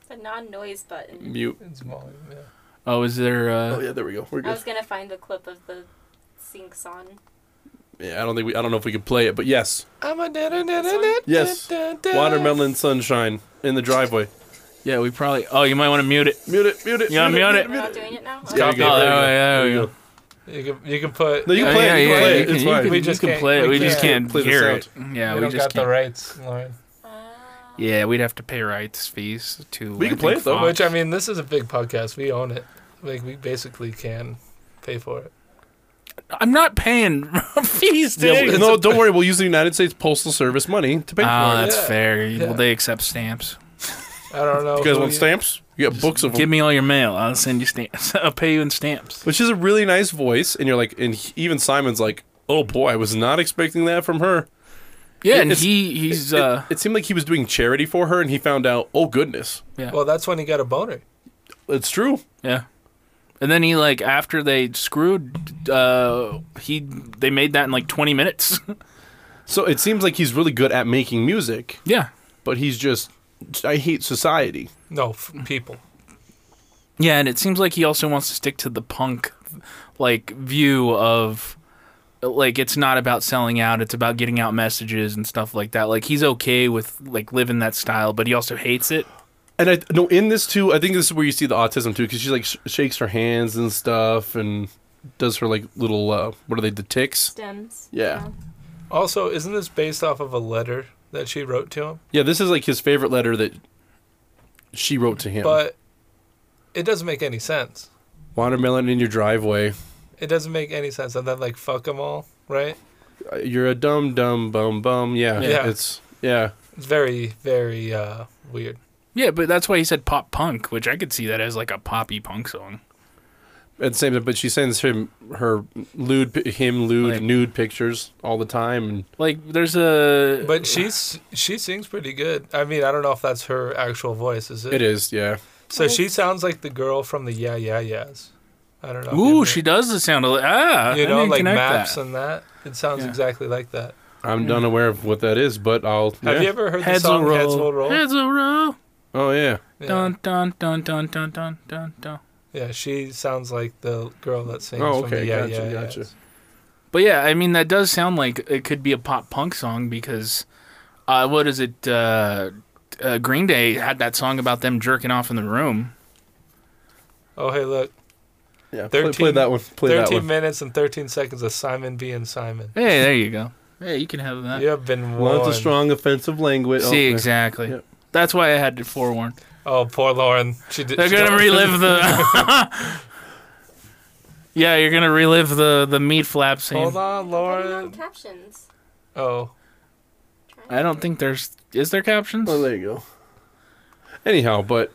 The non-noise button.
Mute.
It's volume, yeah.
oh, is there?
Oh,
Uh,
yeah, there we go. We're
I
good.
was gonna find the clip of the sing song.
Yeah, I don't think we. I don't know if we could play it, but yes.
I'm a da- da- da- da- da-
Yes.
da- da-
Watermelon sunshine in the driveway.
yeah, we probably. Oh, you might want to mute it.
Mute it. Mute it.
Yeah,
mute
mute it.
We're not doing it now.
Yeah,
Copy.
you go.
Oh, yeah,
There you go.
yeah,
There you
yeah.
go.
You can you can put.
No, you can
Oh,
play
yeah,
it. You
yeah,
can play
you
it.
can-
It's
you
fine.
We
can-
just
you can
can't-
play it.
we
We just
can't
can't
play the
hear it. Yeah,
we,
we,
don't
just
got the
can't.
rights, Lauren.
Yeah, we'd have to pay rights fees to.
We
I
can play
think,
it, though.
Fox.
Which I mean, this is a big podcast. We own it. Like we basically can pay for it.
I'm not paying fees,
Yeah,
dude.
well, no, don't worry. We'll use the United States Postal Service money to pay
Oh,
for it.
that's
Yeah.
fair.
Yeah.
Well, they accept stamps.
I don't know.
You guys
who
want stamps? You got books of them.
Oh, Give me all your mail. I'll send you stamps. I'll pay you in stamps.
But she has a really nice voice, and you're like, and he- even Simon's like, oh boy, I was not expecting that from her.
Yeah, and
It's-
he he's
It-
uh
it, seemed like he was doing charity for her, and he found out, oh goodness,
Well, that's when he got a boner.
it's true.
yeah. And then he like after they screwed, uh, he they made that in like 20 minutes.
So it seems like he's really good at making music,
yeah,
but he's just, I hate society.
No, f- people.
yeah, and it seems like he also wants to stick to the punk like view of like it's not about selling out it's about getting out messages and stuff like that like he's okay with like living that style but he also hates it
And I no in this too. I think this is where you see the autism too, because she like sh- shakes her hands and stuff, and does her like little uh, what are they the ticks?
Stems.
Yeah.
Also, isn't this based off of a letter that she wrote to him?
Yeah, this is like his favorite letter that she wrote to him.
But it doesn't make any sense.
Watermelon in your driveway.
It doesn't make any sense. And then like fuck them all, right?
Uh, You're a dumb dumb bum bum. Yeah,
Yeah.
it's yeah.
It's very very uh, weird.
Yeah, but that's why he said pop punk, which I could see that as like a poppy punk song.
At the same time, but she sends him her lewd, pi- him lewd,
Like-
nude pictures all the time, and
Like there's a
But she's she sings pretty good. I mean, I don't know if that's her actual voice, is it?
it is yeah.
So she sounds like the girl from the Yeah Yeah Yeahs. I don't know. if you
ooh,
ever-
she does the sound of ah,
you
I
know
didn't
like
connect
maps
that.
and that. It sounds
Yeah.
exactly like that.
I'm unaware of what that is, but I'll.
Have
yeah.
you ever heard the
Heads will
song Heads Will
roll,
Roll?
heads will roll,
Oh yeah.
Yeah.
dun dun dun dun dun dun dun dun.
Yeah, she sounds like the girl that sings.
Oh,
from the
okay,
yeah,
gotcha,
yeah,
gotcha.
Yeahs.
But yeah, I mean that does sound like it could be a pop punk song because uh, what is it? Uh, uh, Green Day had that song about them jerking off in the room.
Oh, hey, look.
Yeah.
13
play, play that one. Play that
13
one.
minutes and 13 seconds of Simon being Simon.
Hey, there you go. Hey, you can have that.
You have been warned.
Lots of strong offensive language. Oh,
See
yeah.
exactly.
Yep.
That's why I had to forewarn.
Oh, poor Lauren. She did,
They're
she
gonna
don't-
relive the. yeah, you're gonna relive the the meat flap scene.
Hold on,
Putting on
Uh,
Lauren.
captions.
Oh,
I don't think there's is there captions.
Oh, there you go. Anyhow, but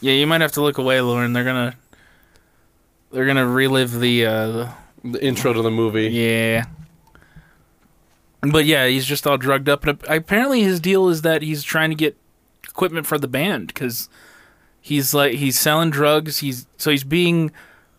Yeah, you might have to look away, Lauren. They're gonna. They're gonna relive the. Uh, the
the intro to the movie.
yeah. But yeah, he's just all drugged up, and ap- apparently his deal is that he's trying to get equipment for the band because he's like he's selling drugs. He's so he's being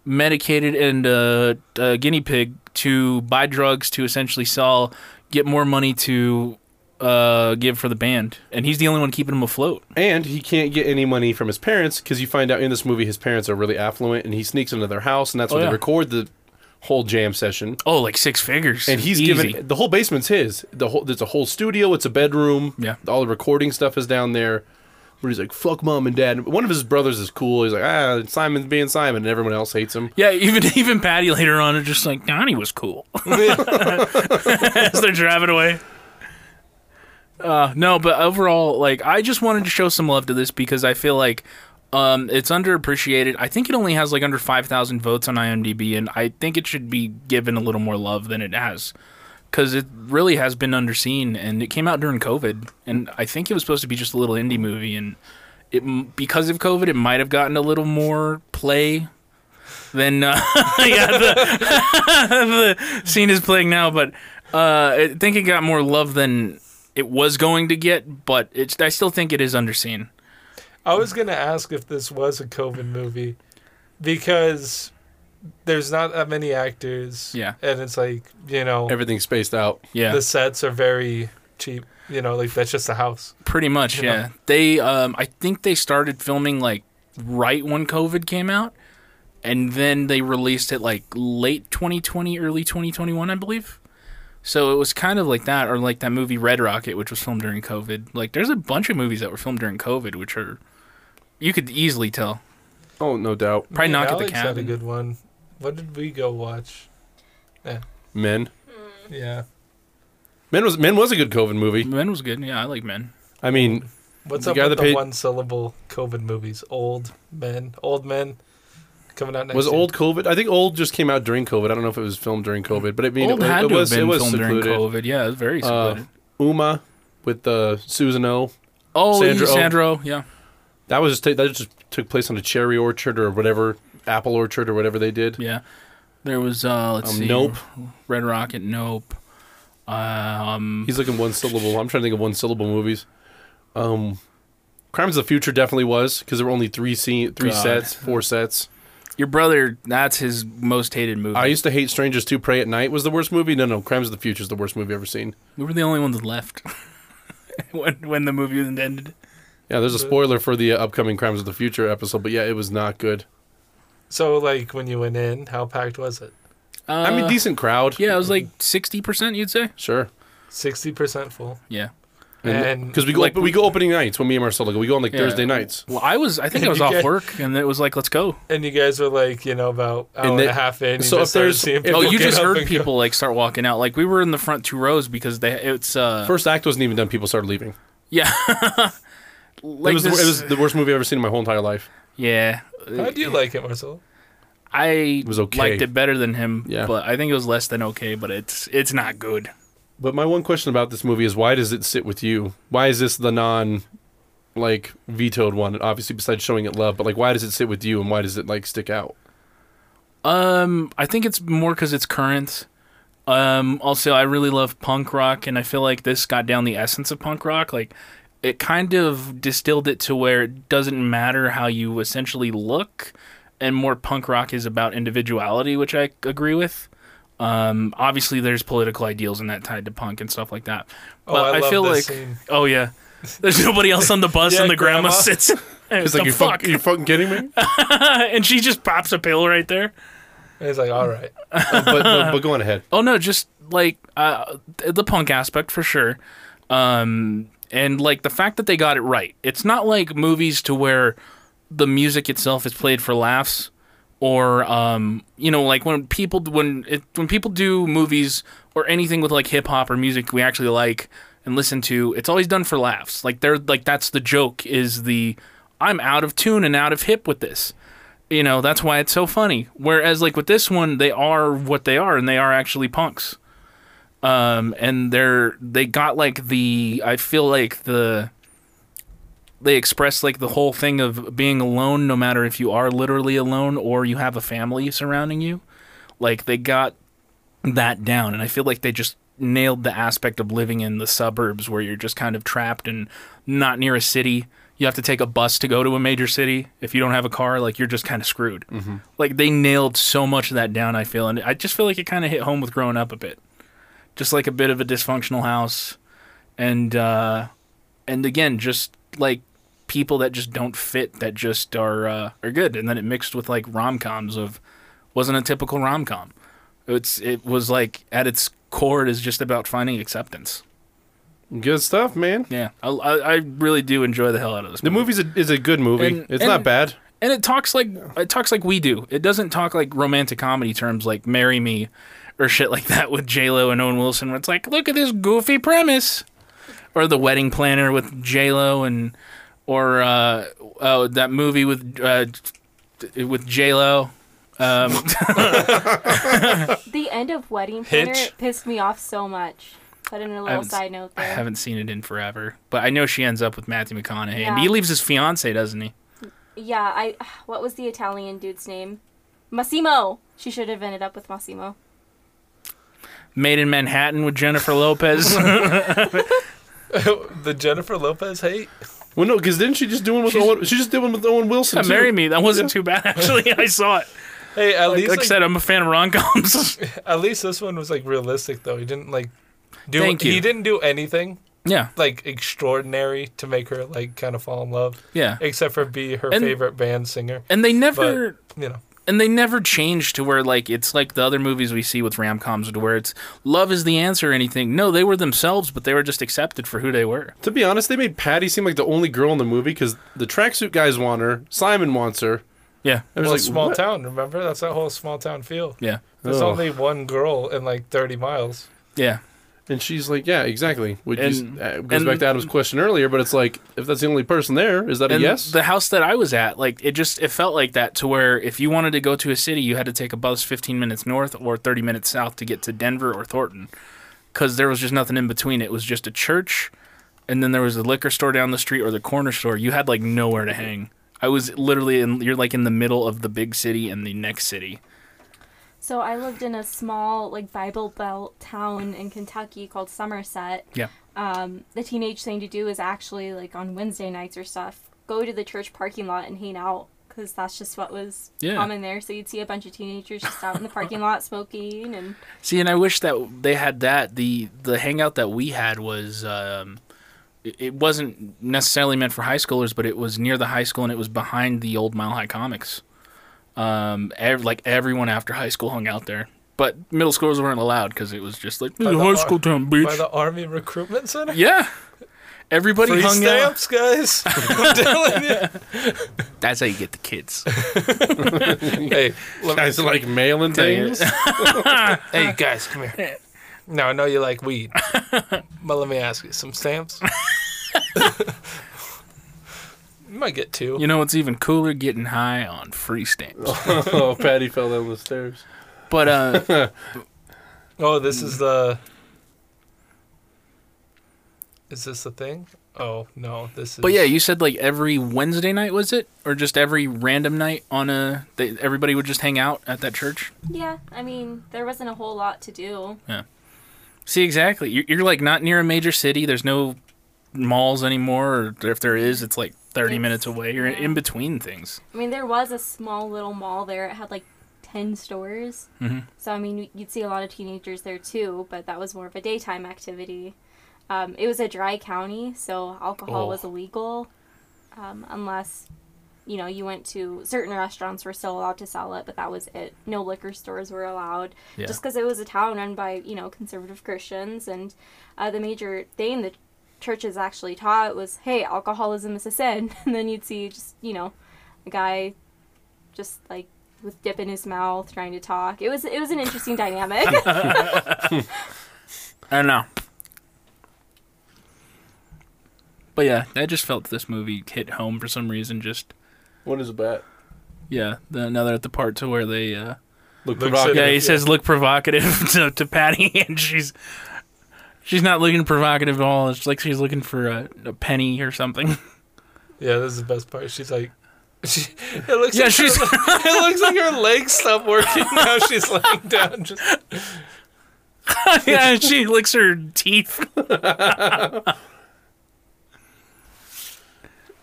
medicated and uh, a guinea pig to buy drugs to essentially sell, get more money to uh, give for the band, and he's the only one keeping him afloat.
And he can't get any money from his parents because you find out in this movie his parents are really affluent, and he sneaks into their house, and that's
Oh,
when
yeah.
they record the whole jam session.
Oh, like six figures,
And he's
Easy.
given the whole basement's his. The whole there's a whole studio. It's a bedroom.
Yeah.
all the recording stuff is down there. But he's like, "Fuck mom and dad." One of his brothers is cool. He's like, "Ah, Simon's being Simon," and everyone else hates him.
Yeah, even even Patty later on is just like Donnie was cool as they're driving away. Uh, no, but overall, like I just wanted to show some love to this because I feel like um, it's underappreciated. I think it only has like under five thousand votes on IMDb, and I think it should be given a little more love than it has because it really has been underseen. And it came out during COVID, and I think it was supposed to be just a little indie movie, and it m- because of COVID, it might have gotten a little more play than uh, yeah, the, the scene is playing now. But uh, I think it got more love than it was going to get. But it's I still think it is underseen.
I was going to ask if this was a COVID movie because there's not that many actors.
Yeah.
And it's like, you know,
Everything's spaced out.
Yeah,
the sets are very cheap. You know, like that's just a house.
pretty much. Yeah, they. Um, I think they started filming like right when COVID came out, and then they released it like late 2020, early 2021, I believe. So it was kind of like that, or like that movie Red Rocket, which was filmed during COVID. Like, there's a bunch of movies that were filmed during COVID, which are you could easily tell.
Oh, no doubt.
Probably
Me and
knock at
Alex
the
had a
cabin.
good one. What did we go watch?
Men.
Yeah.
Men was Men was a good COVID movie.
Men was good. Yeah, I like Men.
I mean,
What's
The
up
guy
with
that
the
paid-
one syllable COVID movies? Old men. Old men coming out next
was
year.
old COVID? I think old just came out during COVID. I don't know if it was filmed during COVID, but I mean,
Old
it,
had
it
to
was
have
it
been
was
filmed
secluded.
during COVID. Yeah, it was very
Uh,
secluded.
Uma with the Susan O.
oh,
Sandra
Sandro.
Oh.
yeah.
That was just ta- that just took place on a cherry orchard or whatever apple orchard or whatever they did.
Yeah. There was uh let's
Um,
see.
Nope.
Red Rocket, Nope. Um
He's looking one syllable. I'm trying to think of one syllable movies. Um, Crimes of the Future definitely was because there were only three scene, three
God.
sets, four sets.
your brother, that's his most hated movie.
I used to hate Strangers Too. Pray at Night was the worst movie. No, no, Crimes of the Future is the worst movie I've ever seen.
we were the only ones left when when the movie ended.
Yeah, there's a spoiler for the uh, upcoming Crimes of the Future episode, but yeah, it was not good.
So, like, when you went in, how packed was it?
Uh,
I mean, decent crowd.
yeah, it was like sixty percent, you'd say.
sure.
60% full.
Yeah,
And
Because we go,
Like-
we go opening nights when me and Marcella go. We go on like
Yeah.
Thursday nights.
Well, I was. I think I was
You
off
get-
work, and it was like, let's go.
and you guys were like, you know, about hour and,
then-
a half in. You
so
so
if
just
there's-
there's seeing
if-
people
Oh, you
get
just
up
heard
and go-
people like start walking out. Like we were in the front two rows because they it's uh
First act wasn't even done. People started leaving.
yeah.
It
like
was, the,
this-
it was the worst movie I've ever seen in my whole entire life.
yeah.
How do you like it, Marcel?
I
was okay.
liked it better than him,
Yeah.
but I think it was less than okay. But it's it's not good.
But my one question about this movie is why does it sit with you? Why is this the non, like vetoed one? Obviously, besides showing it love, but like why does it sit with you and why does it like stick out?
Um, I think it's more because it's current. Um, also, I really love punk rock, and I feel like this got down the essence of punk rock. Like, it kind of distilled it to where it doesn't matter how you essentially look, and more punk rock is about individuality, which I agree with. Um, obviously, there's political ideals and that tied to punk and stuff like that.
Oh, I love this scene.
oh yeah, there's nobody else on the bus,
Yeah,
and the grandma,
grandma.
sits.
It's
It's
like
like
you
fuck,
fuck, you fucking kidding me?
and she just pops a pill right there.
And it's like, all right.
but no, but go on ahead.
Oh no, just like uh, th- the punk aspect for sure, um, and like the fact that they got it right. It's not like movies to where the music itself is played for laughs, or um, you know, like when people when it, when people do movies or anything with like hip hop or music we actually like and listen to, it's always done for laughs. Like they're like that's the joke is the I'm out of tune and out of hip with this you know that's why it's so funny whereas like with this one they are what they are and they are actually punks um and they're they got like the i feel like the they express like the whole thing of being alone no matter if you are literally alone or you have a family surrounding you like they got that down and i feel like they just nailed the aspect of living in the suburbs where you're just kind of trapped and not near a city you have to take a bus to go to a major city if you don't have a car like you're just kind of screwed like they nailed so much of that down i feel and i just feel like it kind of hit home with growing up a bit just like a bit of a dysfunctional house and uh and again just like people that just don't fit that just are uh, are good and then it mixed with like rom-coms of wasn't a typical rom-com it's it was like at its core it is just about finding acceptance
Good stuff, man.
yeah i i, I really do enjoy the hell out of this
The
movie.
movie's a, is a good movie.
And-
it's
and-
not bad.
and it talks like it talks like we do. It doesn't talk like romantic comedy terms like "marry me" or shit like that with J Lo and Owen Wilson. Where it's like, look at this goofy premise, or the wedding planner with J Lo and or uh, oh that movie with uh, with J Lo. Um,
The end of Wedding Planner
Hitch.
pissed me off so much. Put in a little
haven't s-
side note
I
there.
haven't seen it in forever, but I know she ends up with Matthew McConaughey. And
Yeah.
he leaves his fiance, doesn't he?
Yeah, I. What was the Italian dude's name? Massimo. She should have ended up with Massimo.
Made in Manhattan with Jennifer Lopez.
the Jennifer Lopez hate.
Well, no, because didn't she just do one with
She's-
Owen? She just did one with Owen Wilson. too.
marry me. That wasn't too bad actually. I saw it.
Hey, at least
Like I
like,
said, I'm a fan of rom coms.
at least this one was like realistic though. He didn't like do
Thank you.
he didn't do anything
yeah,
like extraordinary to make her like kind of fall in love
yeah.
except for be her
And-
favorite band singer.
And they never
You know.
and they never change to where like it's like the other movies we see with rom coms to where it's love is the answer or anything. No, they were themselves, but they were just accepted for who they were.
To be honest, they made Patty seem like the only girl in the movie because the tracksuit guys want her, Simon wants her.
Yeah,
I was
Well,
like,
small
what?
town, remember? That's that whole small town feel.
yeah,
There's
Oh.
only one girl in like 30 miles.
yeah.
And she's like, yeah, exactly. Which is,
And-
uh, goes
and-
back to Adam's question earlier, but it's like, if that's the only person there, is that a
And
yes?
the house that I was at, like it just it felt like that to where if you wanted to go to a city, you had to take a bus 15 minutes north or 30 minutes south to get to Denver or Thornton, because there was just nothing in between. It was just a church, and then there was a liquor store down the street or the corner store. You had like nowhere to hang. I was literally in you're like in the middle of the big city and the next city.
So I lived in a small like Bible Belt town in Kentucky called Somerset.
Yeah.
Um, the teenage thing to do is actually like on Wednesday nights or stuff, go to the church parking lot and hang out because that's just what was
Yeah.
common there. So you'd see a bunch of teenagers just out in the parking lot smoking and
See, and I wish that they had that. the The hangout that we had was um, it, it wasn't necessarily meant for high schoolers, but it was near the high school and it was behind the old Mile High Comics. Um, ev- like everyone after high school hung out there, but middle schoolers weren't allowed because it was just like this is
the
high
ar-
school town,
By
bitch.
the Army Recruitment Center?
yeah, Everybody
Free
hung out.
stamps, guys. I'm telling you.
That's how you get the kids.
Hey, let me,
Guys like mailing things.
hey, guys, come here. Now I know you like weed, but let me ask you some stamps. you might get two.
You know what's even cooler? Getting high on free stamps.
oh, Patty fell down the stairs.
But uh,
Oh, this is the. Is this the thing? Oh no, this is.
but yeah, you said like every Wednesday night was it, or just every random night on a? They, everybody would just hang out at that church.
Yeah, I mean, there wasn't a whole lot to do.
See, exactly. You're, you're like not near a major city. There's no malls anymore, or if there is, it's like 30
It's-
minutes away. You're
yeah.
in between things.
I mean, there was a small little mall there. It had like 10 stores.
Mhm.
So, I mean, you'd see a lot of teenagers there too, but that was more of a daytime activity. Um, it was a dry county, so alcohol
Oh.
was illegal um, unless, you know, you went to certain restaurants were still allowed to sell it, but that was it. No liquor stores were allowed
Yeah.
just because it was a town run by, you know, conservative Christians. And uh, the major thing the churches actually taught was, hey, alcoholism is a sin. And then you'd see just, you know, a guy just like with dip in his mouth trying to talk. It was it was an interesting dynamic.
I don't know. But yeah, I just felt this movie hit home for some reason. Just
What is that?
yeah, the, now they're at the part to where they uh,
Look,
Looks
provocative.
yeah, he
Yeah.
says look provocative to, to Patty, and she's she's not looking provocative at all. It's like she's looking for a, a penny or something.
Yeah, this is the best part. She's like, she, it looks.
Yeah,
like
she's-
Her, it looks like her legs stop working now. She's laying down. Just,
yeah, she licks her teeth.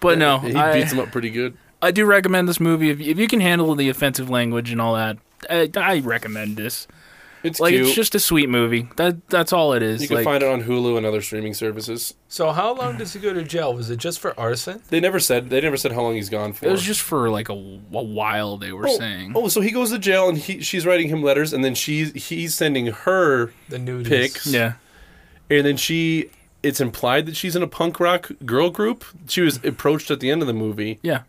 but no,
He
I,
beats him up pretty good.
I do recommend this movie if, if you can handle the offensive language and all that. I, I recommend this.
It's
Like
cute.
it's just a sweet movie. That that's all it is.
you can
like,
find it on Hulu and other streaming services.
so how long does he go to jail? Was it just for arson?
They never said. They never said how long he's gone for.
it was just for like a, a while they were
oh,
saying.
oh, so he goes to jail and he, she's writing him letters, and then she's he's sending her
The nudies.
pics.
Yeah.
and then she. It's implied that she's in a punk rock girl group. She was approached at the end of the movie.
Yeah.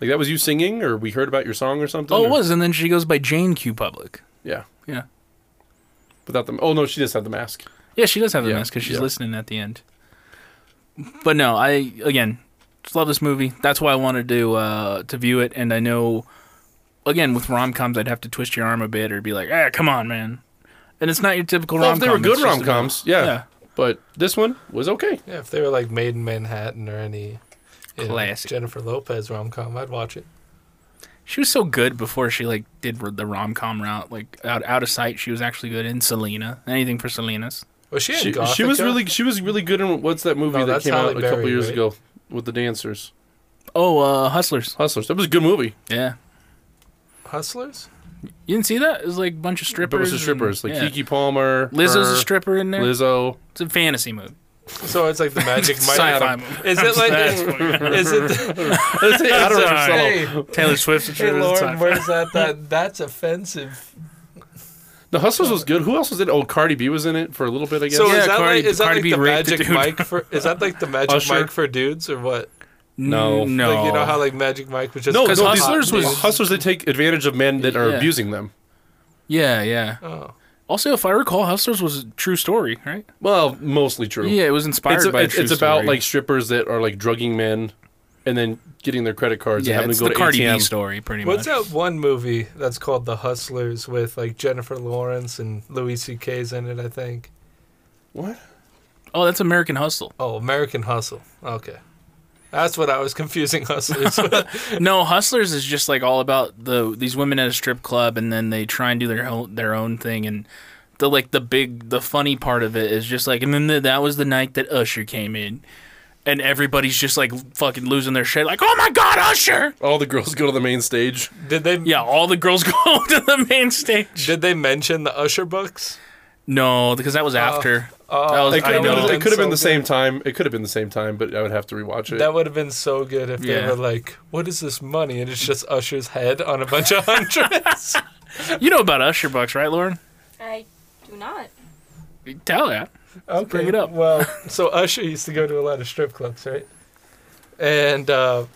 Like that was you singing, or we heard about your song or something.
Oh,
or-
it was and then she goes by Jane Q Public.
Yeah,
Yeah.
without the. Oh no, she just had the mask.
Yeah, she does have the
Yeah,
mask because she's
yeah.
listening at the end. But no, I again just love this movie. That's why I wanted to uh, to view it, and I know again with rom coms I'd have to twist your arm a bit or be like, ah, come on, man. And it's not your typical
Well,
rom
if
com.
they were good rom coms, yeah.
yeah.
But this one was okay.
Yeah, if they were like Made in Manhattan or any you know,
Classic.
Jennifer Lopez rom com, I'd watch it.
She was so good before she like did the rom com route, like out out of sight. She was actually good in Selena. Anything for Selena's.
Was she in
She,
Gothica?
she was really she was really good in what's that movie
No,
that
that's
came
Halle
out a couple
Berry,
years
right?
ago with the dancers,
Oh, uh, Hustlers.
Hustlers. That was a good movie.
Yeah,
Hustlers.
you didn't see that? It was like a bunch of strippers.
But it was the
and-
strippers like
yeah.
Kiki Palmer,
Lizzo's
her,
a stripper in there.
Lizzo.
It's a fantasy movie.
So it's like the Magic Mike.
Sci-fi movie.
Is it like? is it?
Let's say Outer Rim
Sorry.
Solo.
hey,
Taylor Swift's a
hey,
true
Lauren, where's that? That that's offensive.
The Hustlers was good. Who else was in? it? Oh, Cardi B was in it for a little bit, I guess.
So
Yeah,
is that
Cardi-
like is that
Cardi
like
B
the
raped a
Magic
dude.
Mike for? Is that like the Magic
Usher.
Mike for dudes or what?
No.
no.
Like you know how like Magic Mike was just
no, no,
Because
these
Hustlers
Hustlers
was-
Hustlers. They take advantage of men that are
Yeah.
abusing them.
yeah, yeah.
Oh.
Also, if I recall, Hustlers was a true story, right?
Well, mostly true.
Yeah, it was inspired
It's, a-
by. a
it's,
true
it's about
story.
like strippers that are like drugging men, and then getting their credit cards
yeah,
and having
it's
to go
the
to
Cardi
ATM.
B story, pretty
What's
much.
that one movie that's called The Hustlers with like Jennifer Lawrence and Louis C.K.'s in it? I think.
What?
Oh, that's American Hustle.
Oh, American Hustle. Okay, that's what I was confusing Hustlers. with.
No, Hustlers is just like all about the these women at a strip club, and then they try and do their own, their own thing, and the like the big the funny part of it is just like, and then the, that was the night that Usher came in, and everybody's just like fucking losing their shit, like, oh my god, Usher!
All the girls go to the main stage.
Did they?
Yeah, all the girls go to the main stage.
Did they mention the Usher books?
No, because that was after.
Oh,
That was-
It could,
I
have
know.
been- it could have been the
So
same time. It could have been the same time, but I would have to rewatch it.
That would have been so good if
Yeah.
they were like, "What is this money?" and it's just Usher's head on a bunch of hundreds.
You know about Usher Bucks, right, Lauren?
I do not.
Tell that.
Okay.
Bring it up.
Well, so Usher used to go to a lot of strip clubs, right? And uh,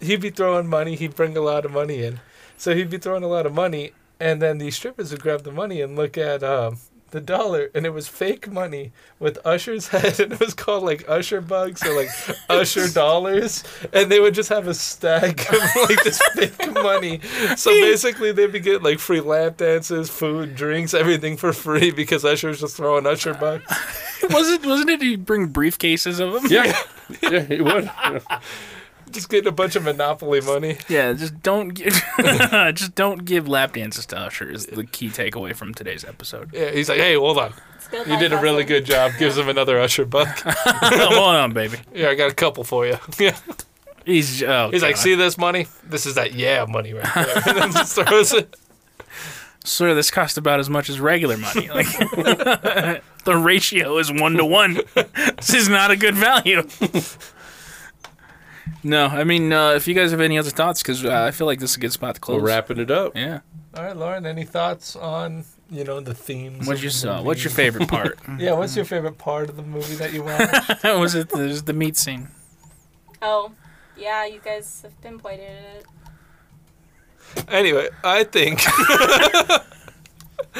he'd be throwing money. He'd bring a lot of money in. So he'd be throwing a lot of money, and then the strippers would grab the money and look at um, the dollar, and it was fake money with Usher's head, and it was called like Usher bucks or like Usher dollars, and they would just have a stack of like this fake money. So basically, they'd be getting like free lap dances, food, drinks, everything for free because Usher was just throwing Usher bucks.
wasn't wasn't it? You bring briefcases of them.
Yeah, yeah, it would.
just getting a bunch of Monopoly money.
Yeah, just don't give, just don't give lap dances to Usher is the key takeaway from today's episode.
Yeah, he's like, hey, hold on.
It's good
You
life
did a really
hustling.
good job. Gives him another Usher buck.
Hold on, baby.
Here, I got a couple for you. Yeah.
He's oh,
He's like,
God.
see this money? This is that yeah money right there. And then just throws it.
sir, this cost about as much as regular money. Like, the ratio is one to one. This is not a good value. no, I mean, uh, if you guys have any other thoughts, because uh, I feel like this is a good spot to close.
We're wrapping it up.
Yeah.
All right, Lauren, any thoughts on, you know, the themes?
What's
of
your
the
uh, What's your
movie?
favorite part?
Yeah, what's your favorite part of the movie that you watched?
was it the, was the meat scene?
Oh, yeah, you guys have pinpointed it.
anyway, I think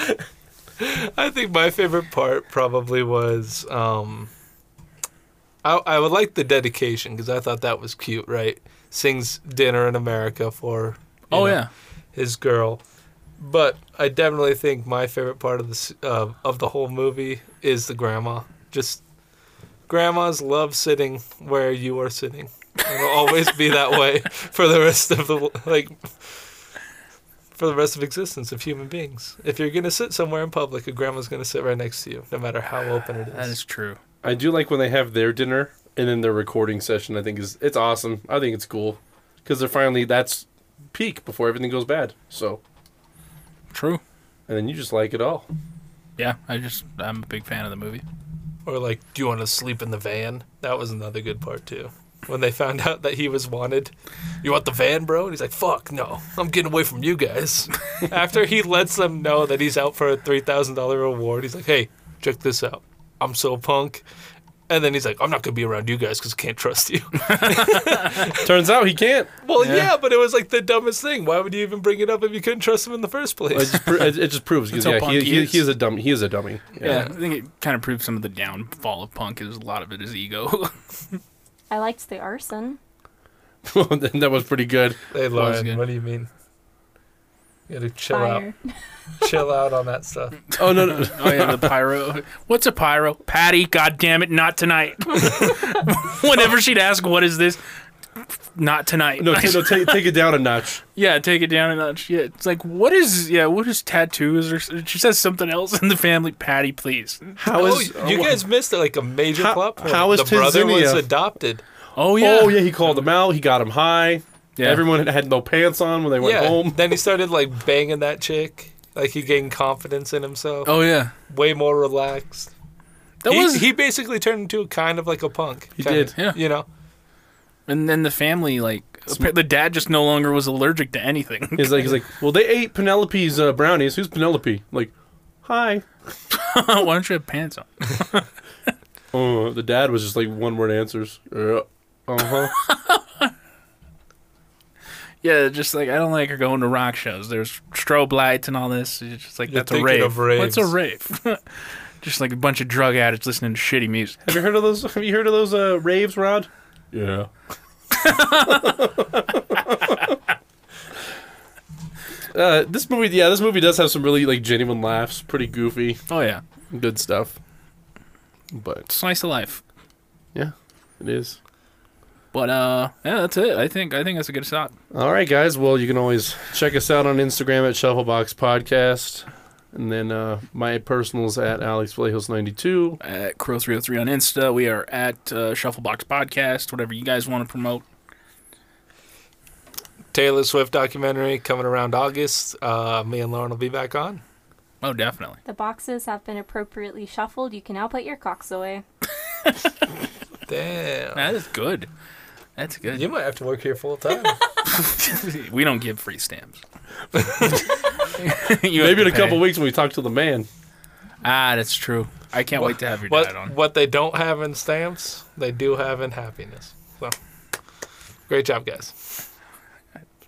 I think my favorite part probably was um I I would like the dedication because I thought that was cute, right? Sings dinner in America for you
Oh
know,
yeah.
his girl. But I definitely think my favorite part of the s- uh, of the whole movie is the grandma. Just grandmas love sitting where you are sitting. It'll always be that way for the rest of the like for the rest of existence of human beings. If you're gonna sit somewhere in public, a grandma's gonna sit right next to you, no matter how open it is.
That is true.
I do like when they have their dinner and then their recording session. I think is it's awesome. I think it's cool because they're finally that's peak before everything goes bad. So
True.
and then you just like it all.
Yeah, I just I'm a big fan of the movie.
Or like, do you want to sleep in the van? That was another good part too. When they found out that he was wanted, you want the van, bro? And he's like, "Fuck no, I'm getting away from you guys." After he lets them know that he's out for a three thousand dollar reward, he's like, "Hey, check this out. I'm so punk." And then he's like, "I'm not gonna be around you guys because I can't trust you."
Turns out he can't.
well, yeah. but it was like the dumbest thing. Why would you even bring it up if you couldn't trust him in the first
It
place?
just, pro- it it just proves because
That's how
yeah, he,
punk he
he,
is.
he is a dummy. He is a dummy.
Yeah. I think it kind of proves some of the downfall of punk is a lot of it is ego.
I liked the arson.
that was pretty good.
hey, Lauren,
good.
what do you mean? You gotta chill
Fire.
out, chill out on that stuff.
Oh no, no.
Oh yeah, the pyro. What's a pyro? Patty, God damn it, not tonight. Whenever she'd ask, "What is this?" Not tonight.
No, t- no take, take it down a notch.
yeah, take it down a notch. Yeah, it's like, what is? Yeah, what is tattoos? Or s- she says something else in the family. Patty, please.
How
Oh,
is
you guys missed like a major
How-
plot point.
how is
the brother was
Tanzania-
adopted?
Oh yeah.
Oh yeah, he called him out. He got him high.
Yeah.
Everyone had, had no pants on when they went
yeah.
home.
Then he started like banging that chick. Like he gained confidence in himself.
Oh yeah.
Way more relaxed.
That
he,
was.
he basically turned into kind of like a punk.
He
kinda,
did.
Yeah.
You know.
and then the family, like, appa- the dad just no longer was allergic to anything.
He's like, he's like, well, they ate Penelope's uh, brownies. Who's Penelope? I'm like, hi.
Why don't you have pants on?
Oh, the dad was just like one word answers. Uh huh.
Yeah, just like I don't like her going to rock shows. There's strobe lights and all this. It's just like
You're
that's a
thinking
rave.
of
What's
raves.
a rave? just like a bunch of drug addicts listening to shitty music.
have you heard of those? Have you heard of those uh, raves, Rod? Yeah. uh, this movie, yeah, this movie does have some really like genuine laughs. Pretty goofy,
Oh yeah,
good stuff. But
slice of life.
yeah, it is.
But uh, yeah, that's it. I think I think that's a good stop.
All right, guys. Well, you can always check us out on Instagram at Shufflebox Podcast. And then uh, my personal's at Alex Playhouse 92.
At Crow three hundred three on Insta, we are at uh, Shufflebox Podcast. Whatever you guys want to promote.
Taylor Swift documentary coming around August. Uh, me and Lauren will be back on.
Oh, definitely.
The boxes have been appropriately shuffled. You can now put your cocks away.
Damn.
That is good. That's good.
You might have to work here full time.
we don't give free stamps. You have
Maybe in
to
a
pay.
couple weeks when we talk to the man.
Ah, that's true. I can't wait to have your dad
What
on.
what they don't have in stamps, they do have in happiness. So, great job, guys.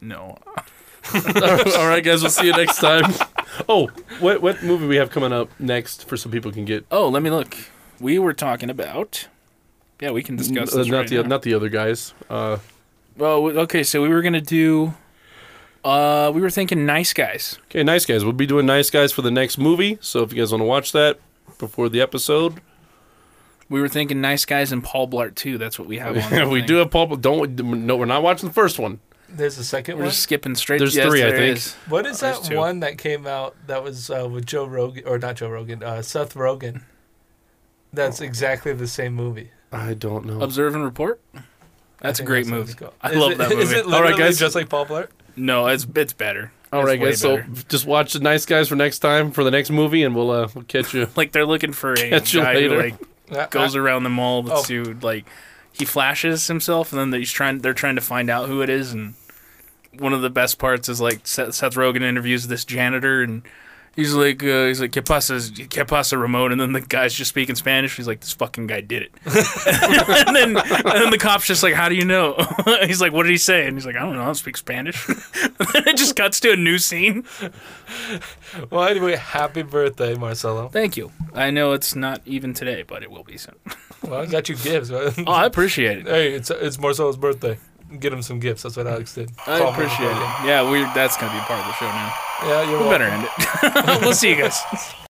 No.
All right, guys, we'll see you next time. Oh, what what movie we have coming up next for some people can get?
Oh, let me look. We were talking about. Yeah, we can
N-
discuss
uh,
this
not
right
the
now.
not the other guys. Uh,
Well, w- okay, so we were gonna do. Uh, we were thinking nice guys.
okay, nice guys. We'll be doing nice guys for the next movie. So if you guys want to watch that before the episode,
We were thinking nice guys and Paul Blart too. That's what we have on. the
we
thing.
do have Paul. Don't no, we're not watching the first one.
There's a second
We're
one.
just skipping straight.
There's three, I
there
think.
is.
What is
Oh, there's
that
two.
one that came out that was uh, with Joe Rogan or not Joe Rogan, uh, Seth Rogan? That's
Oh.
exactly the same movie.
I don't know.
Observe and report. That's a
think
great
what
movie.
it's called.
I
Is
love
it-
that
Is
movie.
it
All right,
literally
guys.
just like Paul Blart?
No, it's it's better.
All
It's
right,
way
guys. So
better.
just watch the nice guys for next time for the next movie, and we'll uh, we'll catch you.
like they're looking for a
Catch you
guy who
later.
like
I-
goes
I-
around the mall
Oh.
that's who like he flashes himself and then he's trying they're trying to find out who it is and one of the best parts is like Seth, Seth Rogen interviews this janitor and he's like uh, he's like que pasa que pasa Ramon and then the guy's just speaking Spanish he's like this fucking guy did it and then and then the cop's just like how do you know he's like what did he say and he's like I don't know I don't speak Spanish and it just cuts to a new scene
well, anyway, happy birthday, Marcelo.
thank you I know it's not even today but it will be soon
Well, I got you gifts. man.
oh I appreciate it
hey, it's it's Marcelo's birthday. Get him some gifts. That's what Alex did.
I appreciate it. Yeah, we that's gonna be part of the show now.
Yeah, you're
We
welcome.
better end it. we'll see you guys.